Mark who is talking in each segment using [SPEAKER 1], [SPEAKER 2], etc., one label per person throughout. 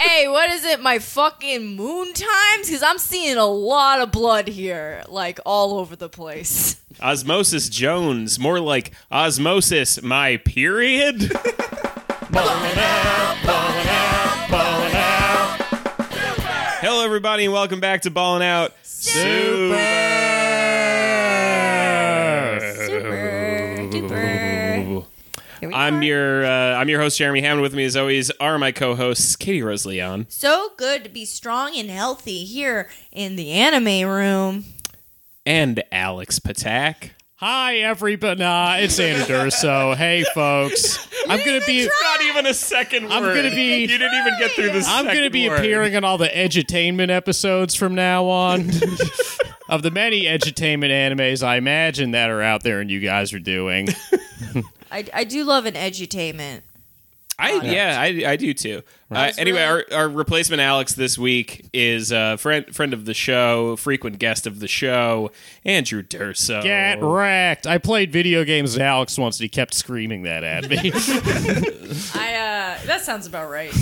[SPEAKER 1] hey, what is it? My fucking moon times? Because I'm seeing a lot of blood here, like all over the place.
[SPEAKER 2] Osmosis Jones, more like osmosis, my period? Hello, everybody, and welcome back to Ballin' Out Super.
[SPEAKER 1] Super duper. Here we
[SPEAKER 2] I'm
[SPEAKER 1] are.
[SPEAKER 2] your uh, I'm your host Jeremy Hammond. With me, as always, are my co-hosts Katie Rose Leon
[SPEAKER 1] So good to be strong and healthy here in the anime room.
[SPEAKER 2] and Alex Patak.
[SPEAKER 3] Hi, everybody. Nah, it's Andrew So, hey, folks. I'm gonna be.
[SPEAKER 2] Not even a second word.
[SPEAKER 3] I'm gonna be-
[SPEAKER 2] You didn't even get through the.
[SPEAKER 3] I'm gonna
[SPEAKER 2] second
[SPEAKER 3] be
[SPEAKER 2] word.
[SPEAKER 3] appearing on all the edutainment episodes from now on. of the many edutainment animes I imagine that are out there and you guys are doing.
[SPEAKER 1] I, I do love an edutainment.
[SPEAKER 2] I yeah, I, I do too. Uh, anyway, our, our replacement Alex this week is a friend friend of the show, frequent guest of the show, Andrew Durso.
[SPEAKER 3] Get wrecked. I played video games with Alex once and he kept screaming that at me.
[SPEAKER 1] I uh, that sounds about right.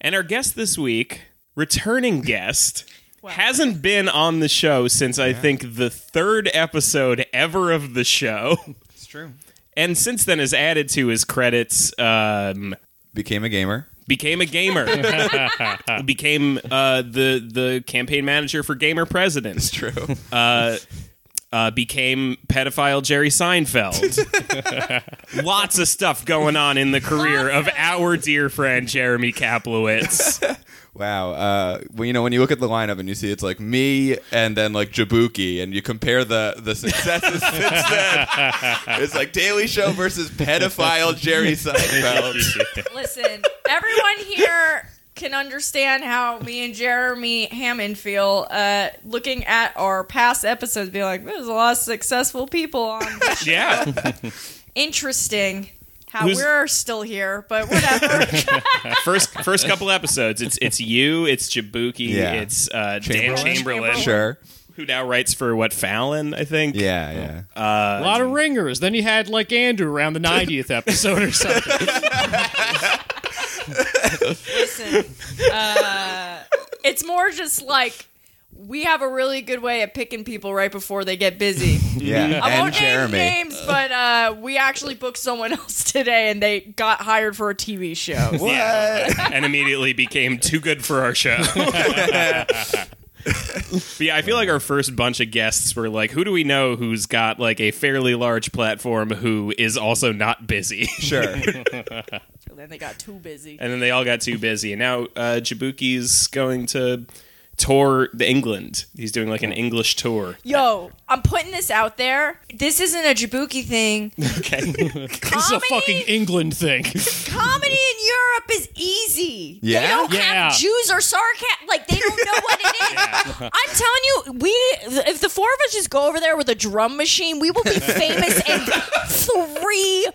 [SPEAKER 2] And our guest this week, returning guest, hasn't been on the show since I think the third episode ever of the show.
[SPEAKER 4] It's true.
[SPEAKER 2] And since then has added to his credits um,
[SPEAKER 4] Became a gamer.
[SPEAKER 2] became a gamer. became uh, the the campaign manager for Gamer President.
[SPEAKER 4] True.
[SPEAKER 2] uh, became pedophile Jerry Seinfeld. Lots of stuff going on in the career of our dear friend Jeremy Kaplowitz.
[SPEAKER 4] wow. Uh, well, you know, when you look at the lineup and you see it's like me and then like Jabuki, and you compare the the successes since then, it's like Daily Show versus pedophile Jerry Seinfeld.
[SPEAKER 1] Listen, everyone here can understand how me and Jeremy Hammond feel uh, looking at our past episodes, being like, there's a lot of successful people on. this."
[SPEAKER 2] yeah.
[SPEAKER 1] Interesting how
[SPEAKER 2] Who's-
[SPEAKER 1] we're still here, but whatever.
[SPEAKER 2] First first couple episodes, it's it's you, it's Jabuki,
[SPEAKER 4] Yeah.
[SPEAKER 2] it's uh, Dan
[SPEAKER 4] Chamberlain.
[SPEAKER 2] Chamberlain,
[SPEAKER 4] sure.
[SPEAKER 2] who now writes for what Fallon, I think.
[SPEAKER 4] Yeah. Yeah.
[SPEAKER 2] Um,
[SPEAKER 3] a lot of ringers. Then you had like Andrew around the 90th episode or something.
[SPEAKER 1] Listen, uh, it's more just like we have a really good way of picking people right before they get busy.
[SPEAKER 4] yeah.
[SPEAKER 1] I
[SPEAKER 4] And
[SPEAKER 1] won't name
[SPEAKER 4] Jeremy.
[SPEAKER 1] names, but uh, we actually booked someone else today, and they got hired for a TV show.
[SPEAKER 2] Yeah. and immediately became too good for our show. but yeah, I feel like our first bunch of guests were like, who do we know who's got like a fairly large platform who is also not busy?
[SPEAKER 4] Sure.
[SPEAKER 1] and then they got too busy.
[SPEAKER 2] and then they all got too busy. And now uh, Jabuki's going to tour the England. He's doing like an English tour.
[SPEAKER 1] Yo, I'm putting this out there. This isn't a Jabuki thing.
[SPEAKER 2] Okay.
[SPEAKER 3] This is a
[SPEAKER 1] Comedy?
[SPEAKER 3] fucking England thing.
[SPEAKER 1] Comedy in Europe is easy. They
[SPEAKER 4] Yeah?
[SPEAKER 1] don't
[SPEAKER 3] Yeah.
[SPEAKER 1] have Jews or sarcasm. Like, they don't know what it is. I'm telling you, we if the four of us just go over there with a drum machine, we will be famous in three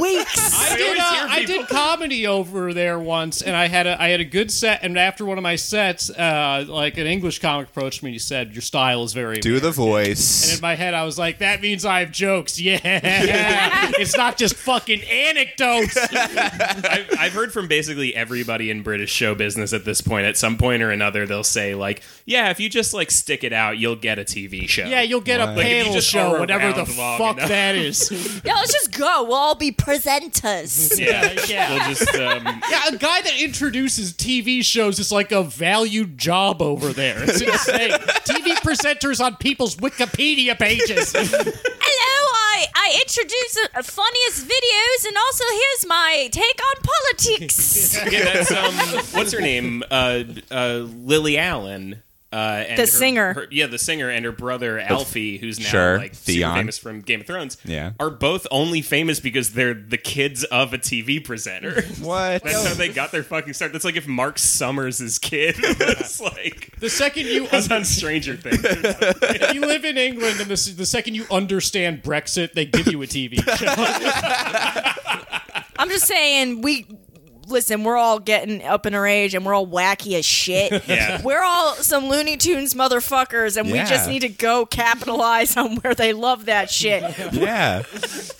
[SPEAKER 1] weeks.
[SPEAKER 3] I
[SPEAKER 2] I
[SPEAKER 3] did,
[SPEAKER 2] always
[SPEAKER 3] uh,
[SPEAKER 2] hear
[SPEAKER 3] I did comedy over there once, and I had a I had a good set. And after one of my sets, uh, like an English comic approached me and he said, "Your style is very."
[SPEAKER 4] Do the
[SPEAKER 3] and
[SPEAKER 4] voice.
[SPEAKER 3] in my head, I was like, "That means I have jokes. Yeah, it's not just fucking anecdotes."
[SPEAKER 2] I've, I've heard from basically everybody in British show business at this point. At some point or another, they'll say like, "Yeah, if you just like stick it out, you'll get a TV show."
[SPEAKER 3] yeah, you'll get a
[SPEAKER 4] Like,
[SPEAKER 2] if you
[SPEAKER 3] panel
[SPEAKER 2] just are
[SPEAKER 3] show, whatever the
[SPEAKER 2] around long
[SPEAKER 3] fuck
[SPEAKER 2] enough.
[SPEAKER 3] that is.
[SPEAKER 1] Yeah, let's just go. We'll all be presenters.
[SPEAKER 2] yeah,
[SPEAKER 3] yeah.
[SPEAKER 2] We'll just um,
[SPEAKER 3] yeah, a guy that introduces TV shows is like a valued job over there. It's insane. TV presenters on people's Wikipedia pages.
[SPEAKER 1] Hello, I I introduce the funniest videos, and also here's my take on politics.
[SPEAKER 2] yeah, that's um, what's her name? Uh, uh, Lily Allen. Uh, and
[SPEAKER 1] The
[SPEAKER 2] her-
[SPEAKER 1] singer.
[SPEAKER 2] her- yeah, the singer and her brother Alfie, who's now
[SPEAKER 4] Sure,
[SPEAKER 2] like super
[SPEAKER 4] Theon.
[SPEAKER 2] famous from Game of Thrones,
[SPEAKER 4] Yeah.
[SPEAKER 2] are both only famous because they're the kids of a TV presenter.
[SPEAKER 4] What?
[SPEAKER 2] That's how they got their fucking start. That's like if Mark Summers' kid was like
[SPEAKER 3] The second you
[SPEAKER 2] was on Stranger Things.
[SPEAKER 3] If you live in England, and the, the second you understand Brexit, they give you a TV show.
[SPEAKER 1] I'm just saying we. Listen, we're all getting up in our age and we're all wacky as shit.
[SPEAKER 2] Yeah.
[SPEAKER 1] We're all some Looney Tunes motherfuckers and we
[SPEAKER 4] Yeah.
[SPEAKER 1] just need to go capitalize on where they love that shit.
[SPEAKER 4] Yeah.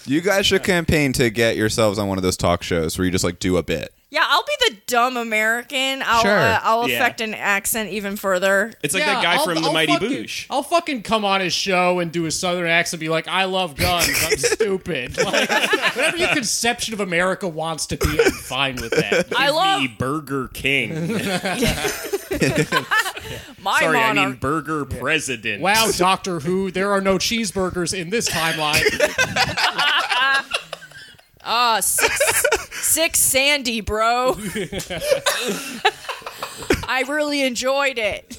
[SPEAKER 4] You guys should campaign to get yourselves on one of those talk shows where you just like do a bit.
[SPEAKER 1] Yeah, I'll be the dumb American. I'll
[SPEAKER 3] Sure.
[SPEAKER 1] uh, I'll
[SPEAKER 2] Yeah.
[SPEAKER 1] affect an accent even further.
[SPEAKER 2] It's like
[SPEAKER 3] Yeah,
[SPEAKER 2] that guy
[SPEAKER 3] I'll-
[SPEAKER 2] from The
[SPEAKER 3] I'll
[SPEAKER 2] Mighty
[SPEAKER 3] fucking-
[SPEAKER 2] Boosh.
[SPEAKER 3] I'll fucking come on his show and do a southern accent and be like, I love guns. I'm stupid. Like, whatever your conception of America wants to be, I'm fine with that.
[SPEAKER 1] I love
[SPEAKER 2] The Burger King.
[SPEAKER 1] my
[SPEAKER 2] Sorry, I
[SPEAKER 1] monarch.
[SPEAKER 2] mean Burger President.
[SPEAKER 3] Wow, Doctor Who, there are no cheeseburgers in this timeline.
[SPEAKER 1] Ah, six, six Sandy, bro. I really enjoyed it.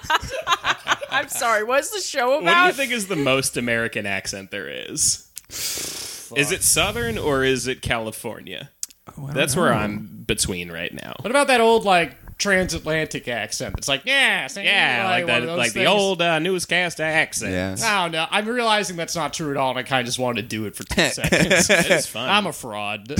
[SPEAKER 1] I'm sorry. What's the show
[SPEAKER 2] What do you
[SPEAKER 1] about?
[SPEAKER 2] think is the most American accent there is? Is it Southern or is it California? That's where I'm between right now.
[SPEAKER 3] What about that old, like, transatlantic accent? It's like, yeah, same,
[SPEAKER 2] Yeah, like
[SPEAKER 3] one
[SPEAKER 2] that,
[SPEAKER 3] of those
[SPEAKER 2] like the
[SPEAKER 3] things.
[SPEAKER 2] old uh, newscast Ah, accent.
[SPEAKER 4] Yeah.
[SPEAKER 3] Oh, no, I'm realizing that's not true at all, and I kind of just wanted to do it for two seconds.
[SPEAKER 2] It's fun.
[SPEAKER 3] I'm a fraud.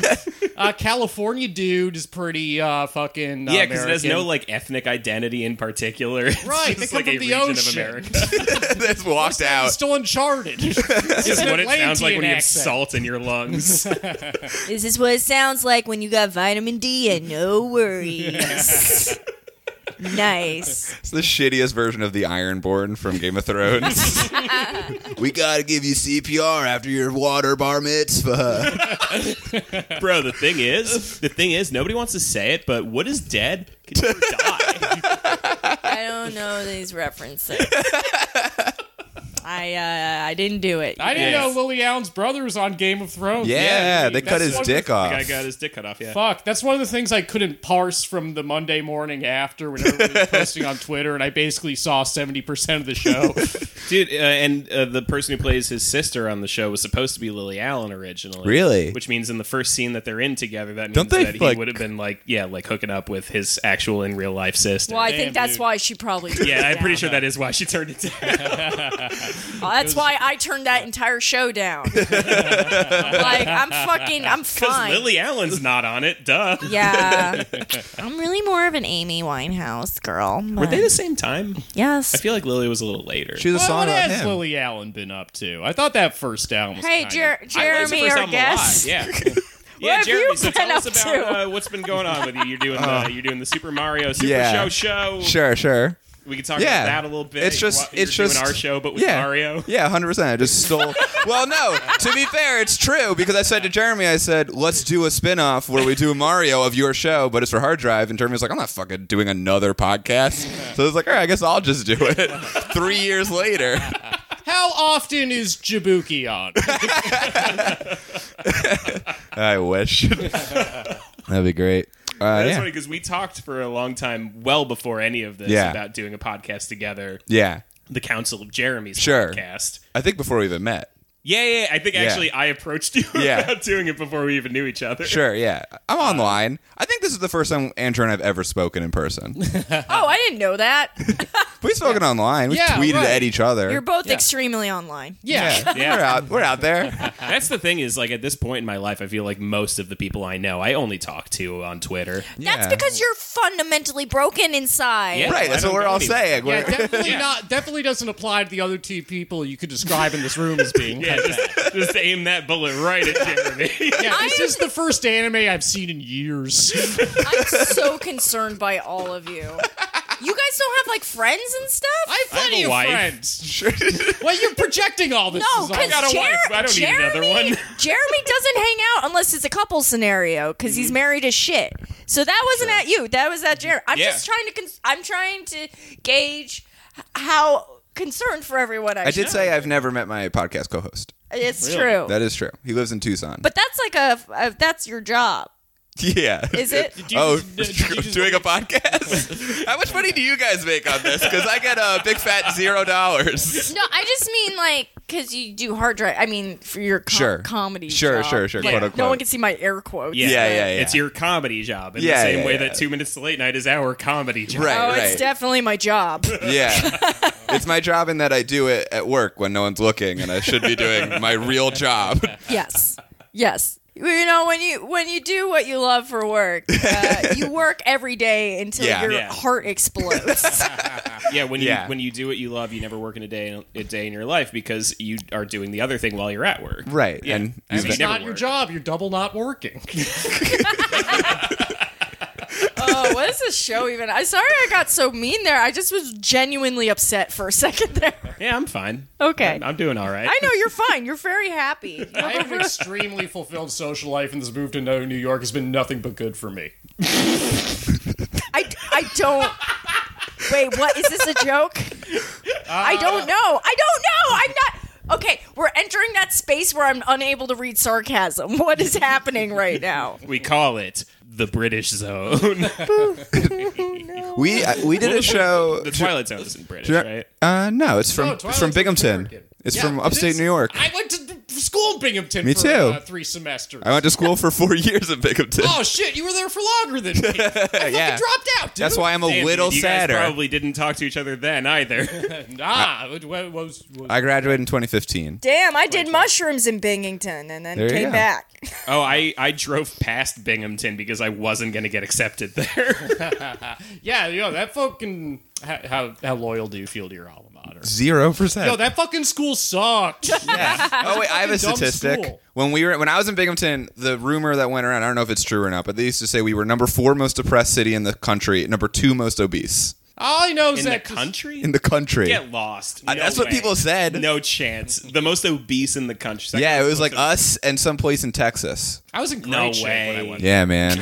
[SPEAKER 3] uh, California dude is pretty uh, fucking. Uh,
[SPEAKER 2] yeah, because it has no
[SPEAKER 3] American.
[SPEAKER 2] like ethnic identity in particular. It's
[SPEAKER 3] Right, they
[SPEAKER 2] just
[SPEAKER 3] come
[SPEAKER 2] like
[SPEAKER 3] from
[SPEAKER 2] a
[SPEAKER 3] the
[SPEAKER 2] region
[SPEAKER 3] ocean.
[SPEAKER 2] of America.
[SPEAKER 4] That's walked
[SPEAKER 3] It's
[SPEAKER 4] out.
[SPEAKER 3] still uncharted. it's
[SPEAKER 2] It's
[SPEAKER 3] an
[SPEAKER 2] what it sounds like when
[SPEAKER 3] Atlantean
[SPEAKER 2] you have
[SPEAKER 3] accent.
[SPEAKER 2] salt in your lungs.
[SPEAKER 1] This is what it sounds like when you got vitamin D and no worries. nice.
[SPEAKER 4] It's the shittiest version of the Ironborn from Game of Thrones. we gotta give you CPR after your water bar mitzvah.
[SPEAKER 2] Bro, the thing is, the thing is, nobody wants to say it, but what is dead can never die.
[SPEAKER 1] I don't know these references. I uh, I didn't do it.
[SPEAKER 3] I didn't
[SPEAKER 2] Yes.
[SPEAKER 3] know Lily Allen's brother was on Game of Thrones.
[SPEAKER 4] Yeah, they
[SPEAKER 3] that's
[SPEAKER 4] cut his
[SPEAKER 3] one of the-
[SPEAKER 4] dick
[SPEAKER 2] The guy
[SPEAKER 4] off.
[SPEAKER 2] got his dick cut off. Yeah.
[SPEAKER 3] Fuck, that's one of the things I couldn't parse from the Monday morning after when everybody was posting on Twitter, and I basically saw 70% of the show.
[SPEAKER 2] Dude, uh, and uh, the person who plays his sister on the show was supposed to be Lily Allen originally.
[SPEAKER 4] Really?
[SPEAKER 2] Which means in the first scene that they're in together, that means
[SPEAKER 4] Don't they,
[SPEAKER 2] that
[SPEAKER 4] like-
[SPEAKER 2] he would have been like, yeah, like hooking up with his actual in real life sister.
[SPEAKER 1] well, I
[SPEAKER 3] Damn,
[SPEAKER 1] think that's
[SPEAKER 3] dude.
[SPEAKER 1] why she probably. turned
[SPEAKER 2] yeah,
[SPEAKER 1] it
[SPEAKER 2] I'm pretty
[SPEAKER 1] down.
[SPEAKER 2] sure that is why she turned it down.
[SPEAKER 1] That's why I turned that entire show down. like I'm fucking, I'm
[SPEAKER 2] Because
[SPEAKER 1] fine.
[SPEAKER 2] Lily Allen's not on it. Duh.
[SPEAKER 1] yeah, I'm really more of an Amy Winehouse girl.
[SPEAKER 2] Were
[SPEAKER 1] but-
[SPEAKER 2] they the same time?
[SPEAKER 1] yes.
[SPEAKER 2] I feel like Lily was a little later.
[SPEAKER 4] She was a
[SPEAKER 3] what
[SPEAKER 4] song
[SPEAKER 3] what
[SPEAKER 4] about
[SPEAKER 3] has
[SPEAKER 4] him.
[SPEAKER 3] Lily Allen been up to? I thought that first album was
[SPEAKER 1] hey,
[SPEAKER 3] kind
[SPEAKER 1] Jer-
[SPEAKER 2] I liked her
[SPEAKER 1] Jeremy,
[SPEAKER 2] first
[SPEAKER 1] our
[SPEAKER 2] album a lot,
[SPEAKER 1] guest.
[SPEAKER 2] Yeah.
[SPEAKER 1] What
[SPEAKER 2] Yeah,
[SPEAKER 1] have
[SPEAKER 2] Jeremy.
[SPEAKER 1] you
[SPEAKER 2] So
[SPEAKER 1] been
[SPEAKER 2] tell us
[SPEAKER 1] up
[SPEAKER 2] about
[SPEAKER 1] to?
[SPEAKER 2] uh, what's been going on with you. You're doing the you're doing the Super Mario Super
[SPEAKER 4] Uh, Yeah.
[SPEAKER 2] Show show.
[SPEAKER 4] Sure, sure.
[SPEAKER 2] We can talk
[SPEAKER 4] Yeah.
[SPEAKER 2] about that a little bit.
[SPEAKER 4] It's just-
[SPEAKER 2] You're
[SPEAKER 4] it's
[SPEAKER 2] doing
[SPEAKER 4] just-
[SPEAKER 2] our show, but with
[SPEAKER 4] yeah.
[SPEAKER 2] Mario.
[SPEAKER 4] Yeah, 100%. I just stole. well, no, to be fair, it's true because I said to Jeremy, I said, let's do a spin off where we do Mario of your show, but it's for hard drive. And Jeremy was like, I'm not fucking doing another podcast. So I was like, all right, I guess I'll just do it. Three years later.
[SPEAKER 3] of- How often is Jabuki on?
[SPEAKER 4] I wish. That'd be great. Uh,
[SPEAKER 2] That's
[SPEAKER 4] yeah.
[SPEAKER 2] funny because we talked for a long time, well before any of this,
[SPEAKER 4] Yeah.
[SPEAKER 2] about doing a podcast together.
[SPEAKER 4] yeah.
[SPEAKER 2] The Council of Jeremy's
[SPEAKER 4] Sure.
[SPEAKER 2] podcast.
[SPEAKER 4] I think before we even met.
[SPEAKER 2] Yeah, yeah. I think actually I approached you
[SPEAKER 4] Yeah.
[SPEAKER 2] about doing it before we even knew each other.
[SPEAKER 4] Sure, yeah. I'm online. I think this is the first time Andrew and I've ever spoken in person.
[SPEAKER 1] Oh, I didn't know that.
[SPEAKER 4] We've spoken online. We've
[SPEAKER 3] Yeah,
[SPEAKER 4] tweeted
[SPEAKER 3] right.
[SPEAKER 4] at each other.
[SPEAKER 1] You're both extremely online.
[SPEAKER 3] Yeah.
[SPEAKER 2] Yeah.
[SPEAKER 4] We're out. We're out there.
[SPEAKER 2] That's the thing is like at this point in my life, I feel like most of the people I know I only talk to on Twitter.
[SPEAKER 1] That's
[SPEAKER 4] Yeah.
[SPEAKER 1] because you're fundamentally broken inside.
[SPEAKER 2] Yeah.
[SPEAKER 4] Right. That's
[SPEAKER 2] I don't
[SPEAKER 4] what we're
[SPEAKER 2] go
[SPEAKER 4] all
[SPEAKER 2] anywhere.
[SPEAKER 4] saying.
[SPEAKER 3] Yeah,
[SPEAKER 4] We're-
[SPEAKER 3] definitely not. Definitely doesn't apply to the other two people you could describe in this room as being.
[SPEAKER 2] Yeah,
[SPEAKER 3] like that.
[SPEAKER 2] just, just aim that bullet right at Jeremy.
[SPEAKER 3] Yeah, this
[SPEAKER 1] I-
[SPEAKER 3] is the first anime I've seen in years.
[SPEAKER 1] I'm so concerned by all of you. You guys don't have like friends and stuff.
[SPEAKER 3] I have plenty
[SPEAKER 2] a
[SPEAKER 3] of
[SPEAKER 2] wife.
[SPEAKER 3] friends. Well, you're projecting all this.
[SPEAKER 1] No,
[SPEAKER 3] is all-
[SPEAKER 1] because
[SPEAKER 2] got a wife. I don't need another one.
[SPEAKER 1] Jeremy doesn't hang out unless it's a couple scenario because
[SPEAKER 4] Mm-hmm.
[SPEAKER 1] he's married as shit. So that wasn't at you. That was at Jeremy. I'm
[SPEAKER 2] Yeah.
[SPEAKER 1] just trying to. Con- I'm trying to gauge h- how concerned for everyone I,
[SPEAKER 4] I
[SPEAKER 1] should-
[SPEAKER 4] did say I've never met my podcast co-host.
[SPEAKER 1] It's
[SPEAKER 2] Really?
[SPEAKER 1] true.
[SPEAKER 4] That is true. He lives in Tucson.
[SPEAKER 1] but that's like a, a. That's your job,
[SPEAKER 4] yeah.
[SPEAKER 1] is it?
[SPEAKER 3] Do you
[SPEAKER 4] Oh,
[SPEAKER 3] just- do you just-
[SPEAKER 4] doing a podcast? How much money do you guys make on this? Because I get a big fat zero dollars.
[SPEAKER 1] no, I just mean like because you do hard drive. I mean for your com-
[SPEAKER 4] Sure.
[SPEAKER 1] comedy.
[SPEAKER 4] Sure,
[SPEAKER 1] job.
[SPEAKER 4] sure, sure,
[SPEAKER 1] Like,
[SPEAKER 4] quote,
[SPEAKER 1] No
[SPEAKER 4] unquote.
[SPEAKER 1] one can see my air quotes.
[SPEAKER 2] Yeah,
[SPEAKER 4] Yeah,
[SPEAKER 1] but-
[SPEAKER 4] yeah, yeah.
[SPEAKER 2] It's your comedy job in
[SPEAKER 4] Yeah,
[SPEAKER 2] the same
[SPEAKER 4] yeah,
[SPEAKER 2] way
[SPEAKER 4] yeah.
[SPEAKER 2] that Two Minutes to Late Night is our comedy job.
[SPEAKER 4] Right,
[SPEAKER 1] Oh,
[SPEAKER 4] right.
[SPEAKER 1] it's definitely my job.
[SPEAKER 4] Yeah. it's my job in that I do it at work when no one's looking, and I should be doing my real job.
[SPEAKER 1] Yes. Yes. you know when you when you do what you love for work, uh, you work every day until
[SPEAKER 4] Yeah.
[SPEAKER 1] your
[SPEAKER 2] Yeah.
[SPEAKER 1] heart explodes.
[SPEAKER 2] Yeah, when you
[SPEAKER 4] Yeah.
[SPEAKER 2] when you do what you love, you never work in a day in a day in your life because you are doing the other thing while you're at work.
[SPEAKER 4] Right.
[SPEAKER 2] Yeah.
[SPEAKER 4] And
[SPEAKER 2] I
[SPEAKER 4] you've
[SPEAKER 2] mean,
[SPEAKER 3] It's
[SPEAKER 4] been-
[SPEAKER 2] never
[SPEAKER 3] not your
[SPEAKER 2] worked.
[SPEAKER 3] job. You're double not working.
[SPEAKER 1] oh, what is this show even? I sorry I got so mean there. I just was genuinely upset for a second there.
[SPEAKER 2] Yeah, I'm fine.
[SPEAKER 1] Okay.
[SPEAKER 2] I'm, I'm doing all right.
[SPEAKER 1] I know you're fine. You're very happy.
[SPEAKER 3] I have an extremely fulfilled social life, and this move to know New York has been nothing but good for me.
[SPEAKER 1] I, I don't. Wait, what is this a joke? I don't know. I don't know. I'm not. Okay, we're entering that space where I'm unable to read sarcasm. What is happening right now?
[SPEAKER 2] We call it the British Zone.
[SPEAKER 4] we uh, we did a show.
[SPEAKER 2] the Twilight Zone isn't British, right?
[SPEAKER 4] Uh, no, it's from
[SPEAKER 3] No, Twilight's
[SPEAKER 4] it's from
[SPEAKER 3] from
[SPEAKER 4] Binghamton.
[SPEAKER 3] Binghamton.
[SPEAKER 4] It's
[SPEAKER 3] Yeah,
[SPEAKER 4] from
[SPEAKER 3] it
[SPEAKER 4] upstate
[SPEAKER 3] is.
[SPEAKER 4] New York.
[SPEAKER 3] I went to th- school in Binghamton.
[SPEAKER 4] Me
[SPEAKER 3] for,
[SPEAKER 4] too.
[SPEAKER 3] Uh, three semesters.
[SPEAKER 4] I went to school for four years in Binghamton.
[SPEAKER 3] oh shit! You were there for longer than me. I fucking
[SPEAKER 4] Yeah.
[SPEAKER 3] dropped out. Dude.
[SPEAKER 4] That's why I'm a
[SPEAKER 2] Damn,
[SPEAKER 4] little
[SPEAKER 2] you
[SPEAKER 4] sadder.
[SPEAKER 2] Guys probably didn't talk to each other then either.
[SPEAKER 3] Nah, what, what was, was
[SPEAKER 4] I graduated in 2015.
[SPEAKER 1] Damn, I did mushrooms in Binghamton and then
[SPEAKER 4] uh, There you
[SPEAKER 1] came
[SPEAKER 4] go.
[SPEAKER 1] back.
[SPEAKER 2] oh, I I drove past Binghamton because I wasn't going to get accepted there.
[SPEAKER 3] yeah, you know that fucking. How, how how loyal do you feel to your alma mater?
[SPEAKER 4] Zero percent.
[SPEAKER 3] Yo, that fucking school sucked.
[SPEAKER 4] oh wait, I have a
[SPEAKER 3] dumb
[SPEAKER 4] statistic.
[SPEAKER 3] school.
[SPEAKER 4] When we were when I was in Binghamton, the rumor that went around, I don't know if it's true or not, but they used to say we were number four most depressed city in the country, number two most obese
[SPEAKER 3] All I know is
[SPEAKER 2] In the
[SPEAKER 3] that 'cause-
[SPEAKER 2] country?
[SPEAKER 4] in the country.
[SPEAKER 2] Get lost.
[SPEAKER 4] Uh,
[SPEAKER 2] No
[SPEAKER 4] that's what
[SPEAKER 2] way.
[SPEAKER 4] people said.
[SPEAKER 2] No chance. The most obese in the country. Second
[SPEAKER 4] yeah, it was
[SPEAKER 2] most
[SPEAKER 4] like
[SPEAKER 2] obese.
[SPEAKER 4] us and some place in Texas.
[SPEAKER 3] I was in great
[SPEAKER 2] No
[SPEAKER 3] shape
[SPEAKER 2] way.
[SPEAKER 3] when I went.
[SPEAKER 4] Yeah, man.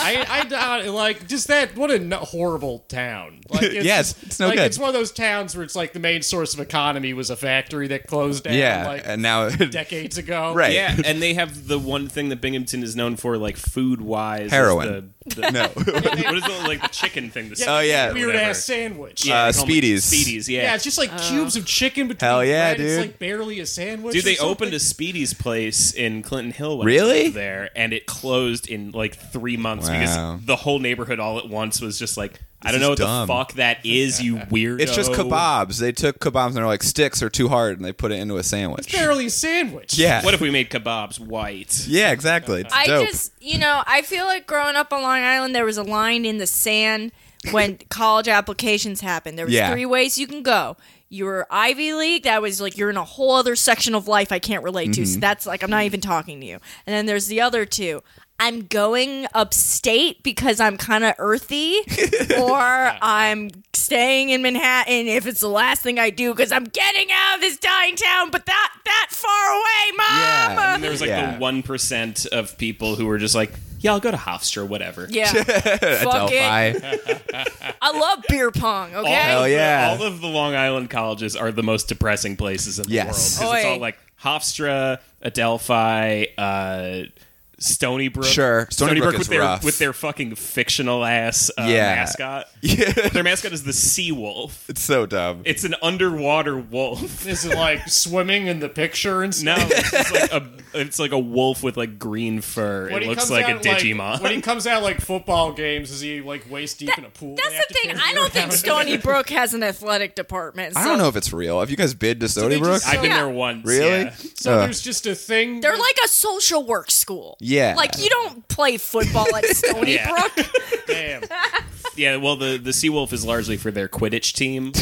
[SPEAKER 3] I, I doubt it. Like, just that. What a n- horrible town. Like, it's
[SPEAKER 4] Yes,
[SPEAKER 3] just-
[SPEAKER 4] it's no
[SPEAKER 3] like,
[SPEAKER 4] good.
[SPEAKER 3] It's one of those towns where it's like the main source of economy was a factory that closed down.
[SPEAKER 4] Yeah,
[SPEAKER 3] like,
[SPEAKER 4] and now
[SPEAKER 3] decades ago.
[SPEAKER 4] Right.
[SPEAKER 2] Yeah, and they have the one thing that Binghamton is known for, like food wise,
[SPEAKER 4] Heroin.
[SPEAKER 2] The, the,
[SPEAKER 4] no.
[SPEAKER 2] What is the like the chicken thing? That's,
[SPEAKER 3] Yeah,
[SPEAKER 4] Oh, yeah.
[SPEAKER 3] Weird
[SPEAKER 2] Whatever.
[SPEAKER 3] ass sandwich.
[SPEAKER 2] Yeah,
[SPEAKER 4] Uh,
[SPEAKER 2] they call 'em, like,
[SPEAKER 4] Speedies.
[SPEAKER 2] Speedies, yeah.
[SPEAKER 3] Yeah, it's just like cubes of chicken between
[SPEAKER 4] Hell yeah,
[SPEAKER 3] bread.
[SPEAKER 4] dude.
[SPEAKER 3] It's like barely a sandwich.
[SPEAKER 2] Dude,
[SPEAKER 3] or
[SPEAKER 2] they
[SPEAKER 3] something.
[SPEAKER 2] opened a Speedies place in Clinton Hill. When I
[SPEAKER 4] Really?
[SPEAKER 2] lived there, and it closed in like three months
[SPEAKER 4] Wow.
[SPEAKER 2] because the whole neighborhood all at once was just like, I
[SPEAKER 4] This
[SPEAKER 2] don't know
[SPEAKER 4] is
[SPEAKER 2] what
[SPEAKER 4] dumb.
[SPEAKER 2] the fuck that is, you weirdo.
[SPEAKER 4] It's just kebabs. They took kebabs and they're like sticks are too hard, and they put it into a sandwich.
[SPEAKER 3] barely a sandwich.
[SPEAKER 4] Yeah.
[SPEAKER 2] What if we made kebabs white?
[SPEAKER 4] yeah, exactly. It's
[SPEAKER 1] I
[SPEAKER 4] dope.
[SPEAKER 1] just, you know, I feel like growing up on Long Island, there was a line in the sand when college applications happened. There was
[SPEAKER 4] Yeah.
[SPEAKER 1] three ways you can go. You were Ivy League. That was like you're in a whole other section of life I can't relate to.
[SPEAKER 4] Mm-hmm.
[SPEAKER 1] So that's like I'm not even talking to you. And then there's the other two. I'm going upstate because I'm kind of earthy, or I'm staying in Manhattan if it's the last thing I do because I'm getting out of this dying town, but that that far away,
[SPEAKER 4] Yeah.
[SPEAKER 1] mom.
[SPEAKER 2] And there was like
[SPEAKER 4] Yeah.
[SPEAKER 2] the one percent of people who were just like, "Yeah, I'll go to Hofstra, whatever."
[SPEAKER 1] Yeah. Fuck it.
[SPEAKER 4] Delphi.
[SPEAKER 1] I love beer pong, okay?
[SPEAKER 4] Oh, Hell
[SPEAKER 2] of
[SPEAKER 4] yeah.
[SPEAKER 2] The, all of the Long Island colleges are the most depressing places in the
[SPEAKER 4] Yes.
[SPEAKER 2] world. 'Cause It's
[SPEAKER 1] Oy.
[SPEAKER 2] all like Hofstra, Adelphi, uh, Stony Brook.
[SPEAKER 4] Sure. Stony Brook is
[SPEAKER 2] with their
[SPEAKER 4] rough.
[SPEAKER 2] with their fucking fictional ass uh,
[SPEAKER 4] Yeah.
[SPEAKER 2] mascot.
[SPEAKER 4] Yeah,
[SPEAKER 2] Their mascot is the sea wolf.
[SPEAKER 4] it's so dumb.
[SPEAKER 2] It's an underwater wolf.
[SPEAKER 3] Is it like swimming in the picture and
[SPEAKER 2] No,
[SPEAKER 3] stuff?
[SPEAKER 2] it's just like a it's like a wolf with like green fur.
[SPEAKER 3] When
[SPEAKER 2] it
[SPEAKER 3] he
[SPEAKER 2] looks
[SPEAKER 3] comes
[SPEAKER 2] like a
[SPEAKER 3] out,
[SPEAKER 2] Digimon.
[SPEAKER 3] when he comes out like football games, is he like waist deep in a pool?
[SPEAKER 1] That's
[SPEAKER 3] they have
[SPEAKER 1] the
[SPEAKER 3] to
[SPEAKER 1] thing.
[SPEAKER 3] carry
[SPEAKER 1] I don't think
[SPEAKER 3] around?
[SPEAKER 1] Stony Brook has an athletic department. So
[SPEAKER 4] I don't know if it's real. Have you guys bid to Stony
[SPEAKER 3] they
[SPEAKER 4] Brook?
[SPEAKER 3] just
[SPEAKER 2] I've been
[SPEAKER 1] Yeah.
[SPEAKER 2] there once.
[SPEAKER 4] really?
[SPEAKER 2] yeah.
[SPEAKER 3] So
[SPEAKER 4] Uh,
[SPEAKER 3] there's just a thing.
[SPEAKER 1] They're
[SPEAKER 3] with-
[SPEAKER 1] like a social work school.
[SPEAKER 4] Yeah.
[SPEAKER 1] Like, you don't play football at Stony
[SPEAKER 2] Yeah.
[SPEAKER 1] Brook.
[SPEAKER 3] damn.
[SPEAKER 2] Yeah, well, the the Seawolf is largely for their Quidditch team.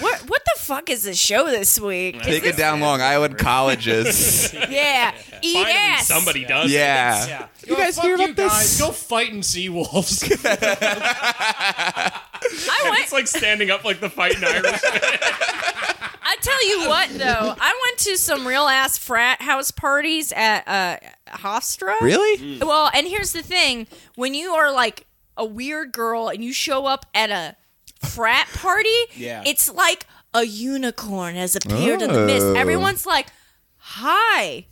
[SPEAKER 1] What What the fuck is this show this week? Is
[SPEAKER 4] Taking
[SPEAKER 1] this-
[SPEAKER 4] down Long Island colleges.
[SPEAKER 1] yeah. Eat
[SPEAKER 2] Finally,
[SPEAKER 1] ass.
[SPEAKER 2] somebody does.
[SPEAKER 4] yeah.
[SPEAKER 3] Yeah.
[SPEAKER 4] You guys
[SPEAKER 3] fuck
[SPEAKER 4] hear
[SPEAKER 3] you
[SPEAKER 4] about this?
[SPEAKER 3] guys. Go fighting sea wolves.
[SPEAKER 1] I went,
[SPEAKER 2] It's like standing up like the fighting Irish.
[SPEAKER 1] I tell you what, though. I went to some real ass frat house parties at uh, Hofstra.
[SPEAKER 4] really?
[SPEAKER 1] Mm. Well, and here's the thing: when you are like a weird girl and you show up at a frat party,
[SPEAKER 2] Yeah.
[SPEAKER 1] it's like a unicorn has appeared in the mist.
[SPEAKER 4] Oh.
[SPEAKER 1] Everyone's like, "Hi."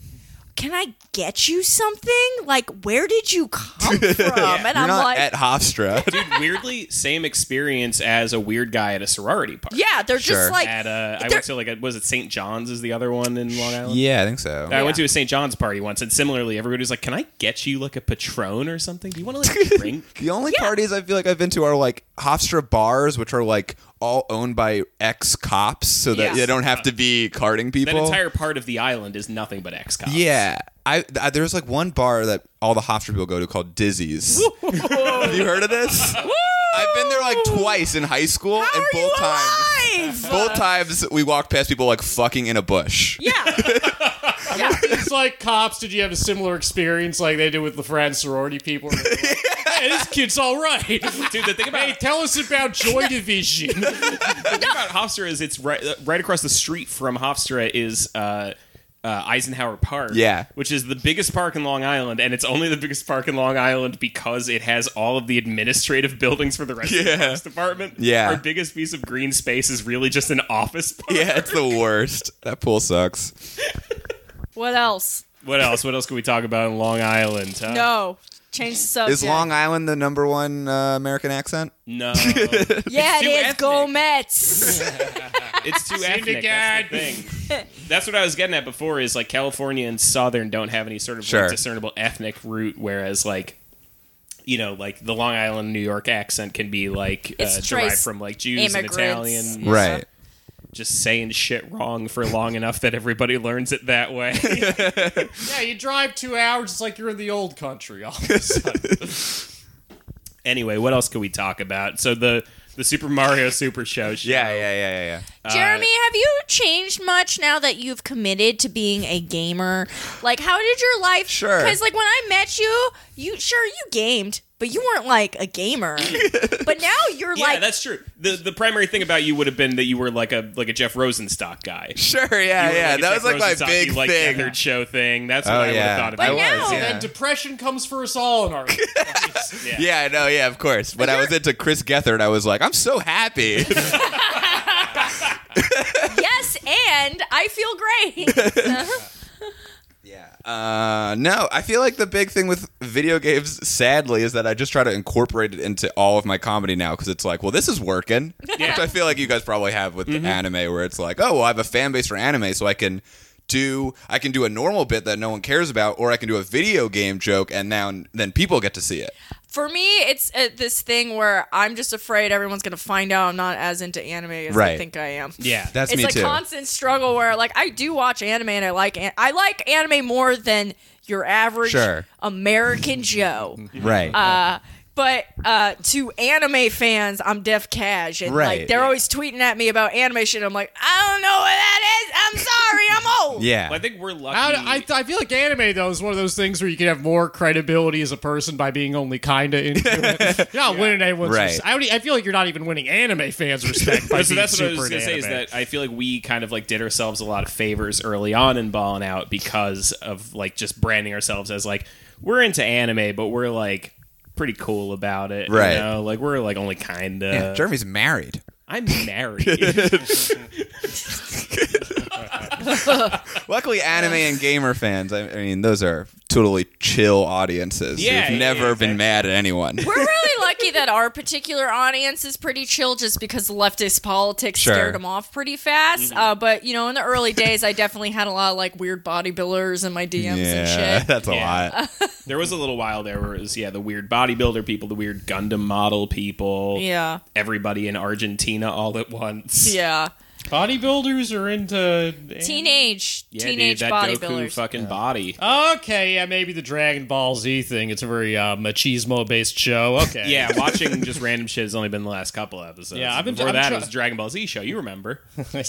[SPEAKER 1] Can I get you something? Like, where did you come from? And
[SPEAKER 4] You're
[SPEAKER 1] I'm
[SPEAKER 4] not
[SPEAKER 1] like,
[SPEAKER 4] at Hofstra.
[SPEAKER 2] Dude, weirdly, same experience as a weird guy at a sorority party.
[SPEAKER 1] yeah, they're
[SPEAKER 4] Sure.
[SPEAKER 1] just like,
[SPEAKER 2] At uh, I
[SPEAKER 1] They're-
[SPEAKER 2] went to like a, was it St. John's is the other one in Long Island.
[SPEAKER 4] yeah, I think so.
[SPEAKER 2] I went to a St. John's party once, and similarly, everybody was like, "Can I get you like a Patron or something? Do you want to like drink?"
[SPEAKER 4] the only parties I feel like I've been to are like Hofstra bars, which are like all owned by ex cops, so that
[SPEAKER 1] Yes.
[SPEAKER 4] they don't have to be carding
[SPEAKER 2] That
[SPEAKER 4] people.
[SPEAKER 2] entire part of the island is nothing but ex cops.
[SPEAKER 4] yeah. I, I there's like one bar that all the Hofstra people go to called Dizzy's. have you heard of this? I've been there like twice in high school,
[SPEAKER 1] How
[SPEAKER 4] and
[SPEAKER 1] are
[SPEAKER 4] both
[SPEAKER 1] you
[SPEAKER 4] times.
[SPEAKER 1] alive?
[SPEAKER 4] Both times we walked past people like fucking in a bush.
[SPEAKER 1] yeah.
[SPEAKER 3] It's like cops. Did you have a similar experience like they did with the friends sorority people? Where they're like, hey, this kid's all right.
[SPEAKER 2] Dude, the thing about
[SPEAKER 3] Hey, tell us about Joy Division.
[SPEAKER 2] the thing about Hofstra is it's right uh, right across the street from Hofstra is uh, uh, Eisenhower Park.
[SPEAKER 4] Yeah.
[SPEAKER 2] which is the biggest park in Long Island, and it's only the biggest park in Long Island because it has all of the administrative buildings for the rest of the
[SPEAKER 4] Yeah.
[SPEAKER 2] parks department.
[SPEAKER 4] Yeah.
[SPEAKER 2] our biggest piece of green space is really just an office. Park.
[SPEAKER 4] Yeah, it's the worst. That pool sucks.
[SPEAKER 1] What else?
[SPEAKER 2] What else? What else can we talk about in Long Island? Huh?
[SPEAKER 1] No. Change the subject.
[SPEAKER 4] Is Long Island the number one uh, American accent?
[SPEAKER 2] no,
[SPEAKER 1] yeah,
[SPEAKER 2] it's
[SPEAKER 1] it
[SPEAKER 2] too
[SPEAKER 1] is.
[SPEAKER 2] ethnic.
[SPEAKER 1] Go Mets.
[SPEAKER 2] it's too ethnic. That's the
[SPEAKER 3] God.
[SPEAKER 2] thing. That's what I was getting at before. Is like California and Southern don't have any sort of like,
[SPEAKER 4] Sure.
[SPEAKER 2] discernible ethnic root, whereas like. You know, like the Long Island, New York accent can be like uh,
[SPEAKER 1] It's
[SPEAKER 2] derived
[SPEAKER 1] trace
[SPEAKER 2] from like Jews and
[SPEAKER 1] immigrants.
[SPEAKER 2] Italian,
[SPEAKER 4] Right.
[SPEAKER 2] just saying shit wrong for long enough that everybody learns it that way.
[SPEAKER 3] yeah, you drive two hours. It's like you're in the old country. All of a sudden.
[SPEAKER 2] anyway, what else can we talk about? So the the Super Mario Super Show, show
[SPEAKER 4] Yeah, yeah, yeah, yeah, yeah.
[SPEAKER 1] Jeremy, have you changed much now that you've committed to being a gamer? Like, how did your life?
[SPEAKER 4] Sure.
[SPEAKER 1] Because like when I met you, you sure you gamed, but you weren't like a gamer. but now you're
[SPEAKER 2] Yeah,
[SPEAKER 1] like
[SPEAKER 2] that's true. the The primary thing about you would have been that you were like a like a Jeff Rosenstock guy.
[SPEAKER 4] Sure,
[SPEAKER 2] You
[SPEAKER 4] yeah,
[SPEAKER 2] were
[SPEAKER 4] yeah.
[SPEAKER 2] a
[SPEAKER 4] that
[SPEAKER 2] Jeff
[SPEAKER 4] was like my
[SPEAKER 2] Rosenstock,
[SPEAKER 4] big
[SPEAKER 2] you liked the
[SPEAKER 4] thing.
[SPEAKER 2] Eckerd show thing. That's what
[SPEAKER 4] Oh,
[SPEAKER 2] I would
[SPEAKER 4] yeah.
[SPEAKER 2] have thought
[SPEAKER 1] But
[SPEAKER 2] about.
[SPEAKER 1] now-
[SPEAKER 4] I was,
[SPEAKER 1] And
[SPEAKER 4] yeah.
[SPEAKER 3] And depression comes for us all in our lives.
[SPEAKER 2] yeah.
[SPEAKER 4] yeah, no, yeah, of course. When I was into Chris Gethard, I was like, I'm so happy.
[SPEAKER 1] yes, and I feel great.
[SPEAKER 4] yeah. Uh, no, I feel like the big thing with video games, sadly, is that I just try to incorporate it into all of my comedy now because it's like, well, this is working. Which I feel like you guys probably have with
[SPEAKER 2] Mm-hmm.
[SPEAKER 4] the anime, where it's like, oh, well, I have a fan base for anime, so I can do I can do a normal bit that no one cares about, or I can do a video game joke, and now then people get to see it.
[SPEAKER 1] For me, it's uh, this thing where I'm just afraid everyone's gonna find out I'm not as into anime as I
[SPEAKER 4] Right.
[SPEAKER 1] think I am.
[SPEAKER 2] yeah.
[SPEAKER 4] That's
[SPEAKER 1] it's
[SPEAKER 4] me
[SPEAKER 1] a
[SPEAKER 4] too.
[SPEAKER 1] constant struggle where like I do watch anime and I like an- I like anime more than your average
[SPEAKER 4] Sure.
[SPEAKER 1] American Joe.
[SPEAKER 4] right.
[SPEAKER 1] Uh, but uh, to anime fans, I'm deaf cash, and like
[SPEAKER 4] Right.
[SPEAKER 1] they're always tweeting at me about anime shit. I'm like, I don't know what that is. I'm sorry, I'm old.
[SPEAKER 4] yeah.
[SPEAKER 2] Well, I think we're lucky.
[SPEAKER 3] I, I, I feel like anime though is one of those things where you can have more credibility as a person by being only kinda into it. You're not winning anyone's.
[SPEAKER 4] Right.
[SPEAKER 3] res- I, don't, e- I feel like you're not even winning anime fans respect by
[SPEAKER 2] so
[SPEAKER 3] being
[SPEAKER 2] that's what I was
[SPEAKER 3] super
[SPEAKER 2] gonna
[SPEAKER 3] into
[SPEAKER 2] say is
[SPEAKER 3] anime.
[SPEAKER 2] that I feel like we kind of like did ourselves a lot of favors early on in balling out because of like just branding ourselves as like we're into anime, but we're like pretty cool about it, you
[SPEAKER 4] Right.
[SPEAKER 2] know? Like we're like only kind of.
[SPEAKER 4] Yeah, Jeremy's married.
[SPEAKER 2] I'm married.
[SPEAKER 4] Luckily, anime and gamer fans, I, I mean, those are totally chill audiences.
[SPEAKER 2] Yeah,
[SPEAKER 4] They've
[SPEAKER 2] yeah,
[SPEAKER 4] never
[SPEAKER 2] yeah, exactly.
[SPEAKER 4] been mad at anyone.
[SPEAKER 1] We're really lucky that our particular audience is pretty chill just because leftist politics
[SPEAKER 4] Sure.
[SPEAKER 1] scared them off pretty fast.
[SPEAKER 2] Mm-hmm.
[SPEAKER 1] Uh, but, you know, in the early days, I definitely had a lot of like weird bodybuilders in my DMs and
[SPEAKER 4] yeah,
[SPEAKER 1] shit.
[SPEAKER 4] that's a
[SPEAKER 2] Yeah.
[SPEAKER 4] lot.
[SPEAKER 2] there was a little while there where it was yeah the weird bodybuilder people, the weird Gundam model people,
[SPEAKER 1] Yeah.
[SPEAKER 2] everybody in Argentina all at once.
[SPEAKER 1] Yeah.
[SPEAKER 3] bodybuilders are into
[SPEAKER 1] Teenage,
[SPEAKER 2] Yeah,
[SPEAKER 1] teenage
[SPEAKER 2] dude, that Goku
[SPEAKER 1] bodybuilders.
[SPEAKER 2] fucking body.
[SPEAKER 3] Okay, yeah, maybe the Dragon Ball Z thing. It's a very uh, machismo based show. Okay,
[SPEAKER 2] Yeah, watching just random shit has only been the last couple episodes.
[SPEAKER 3] Yeah, I've been-
[SPEAKER 2] before
[SPEAKER 3] I'm
[SPEAKER 2] that
[SPEAKER 3] try-
[SPEAKER 2] it was Dragon Ball Z show. You remember?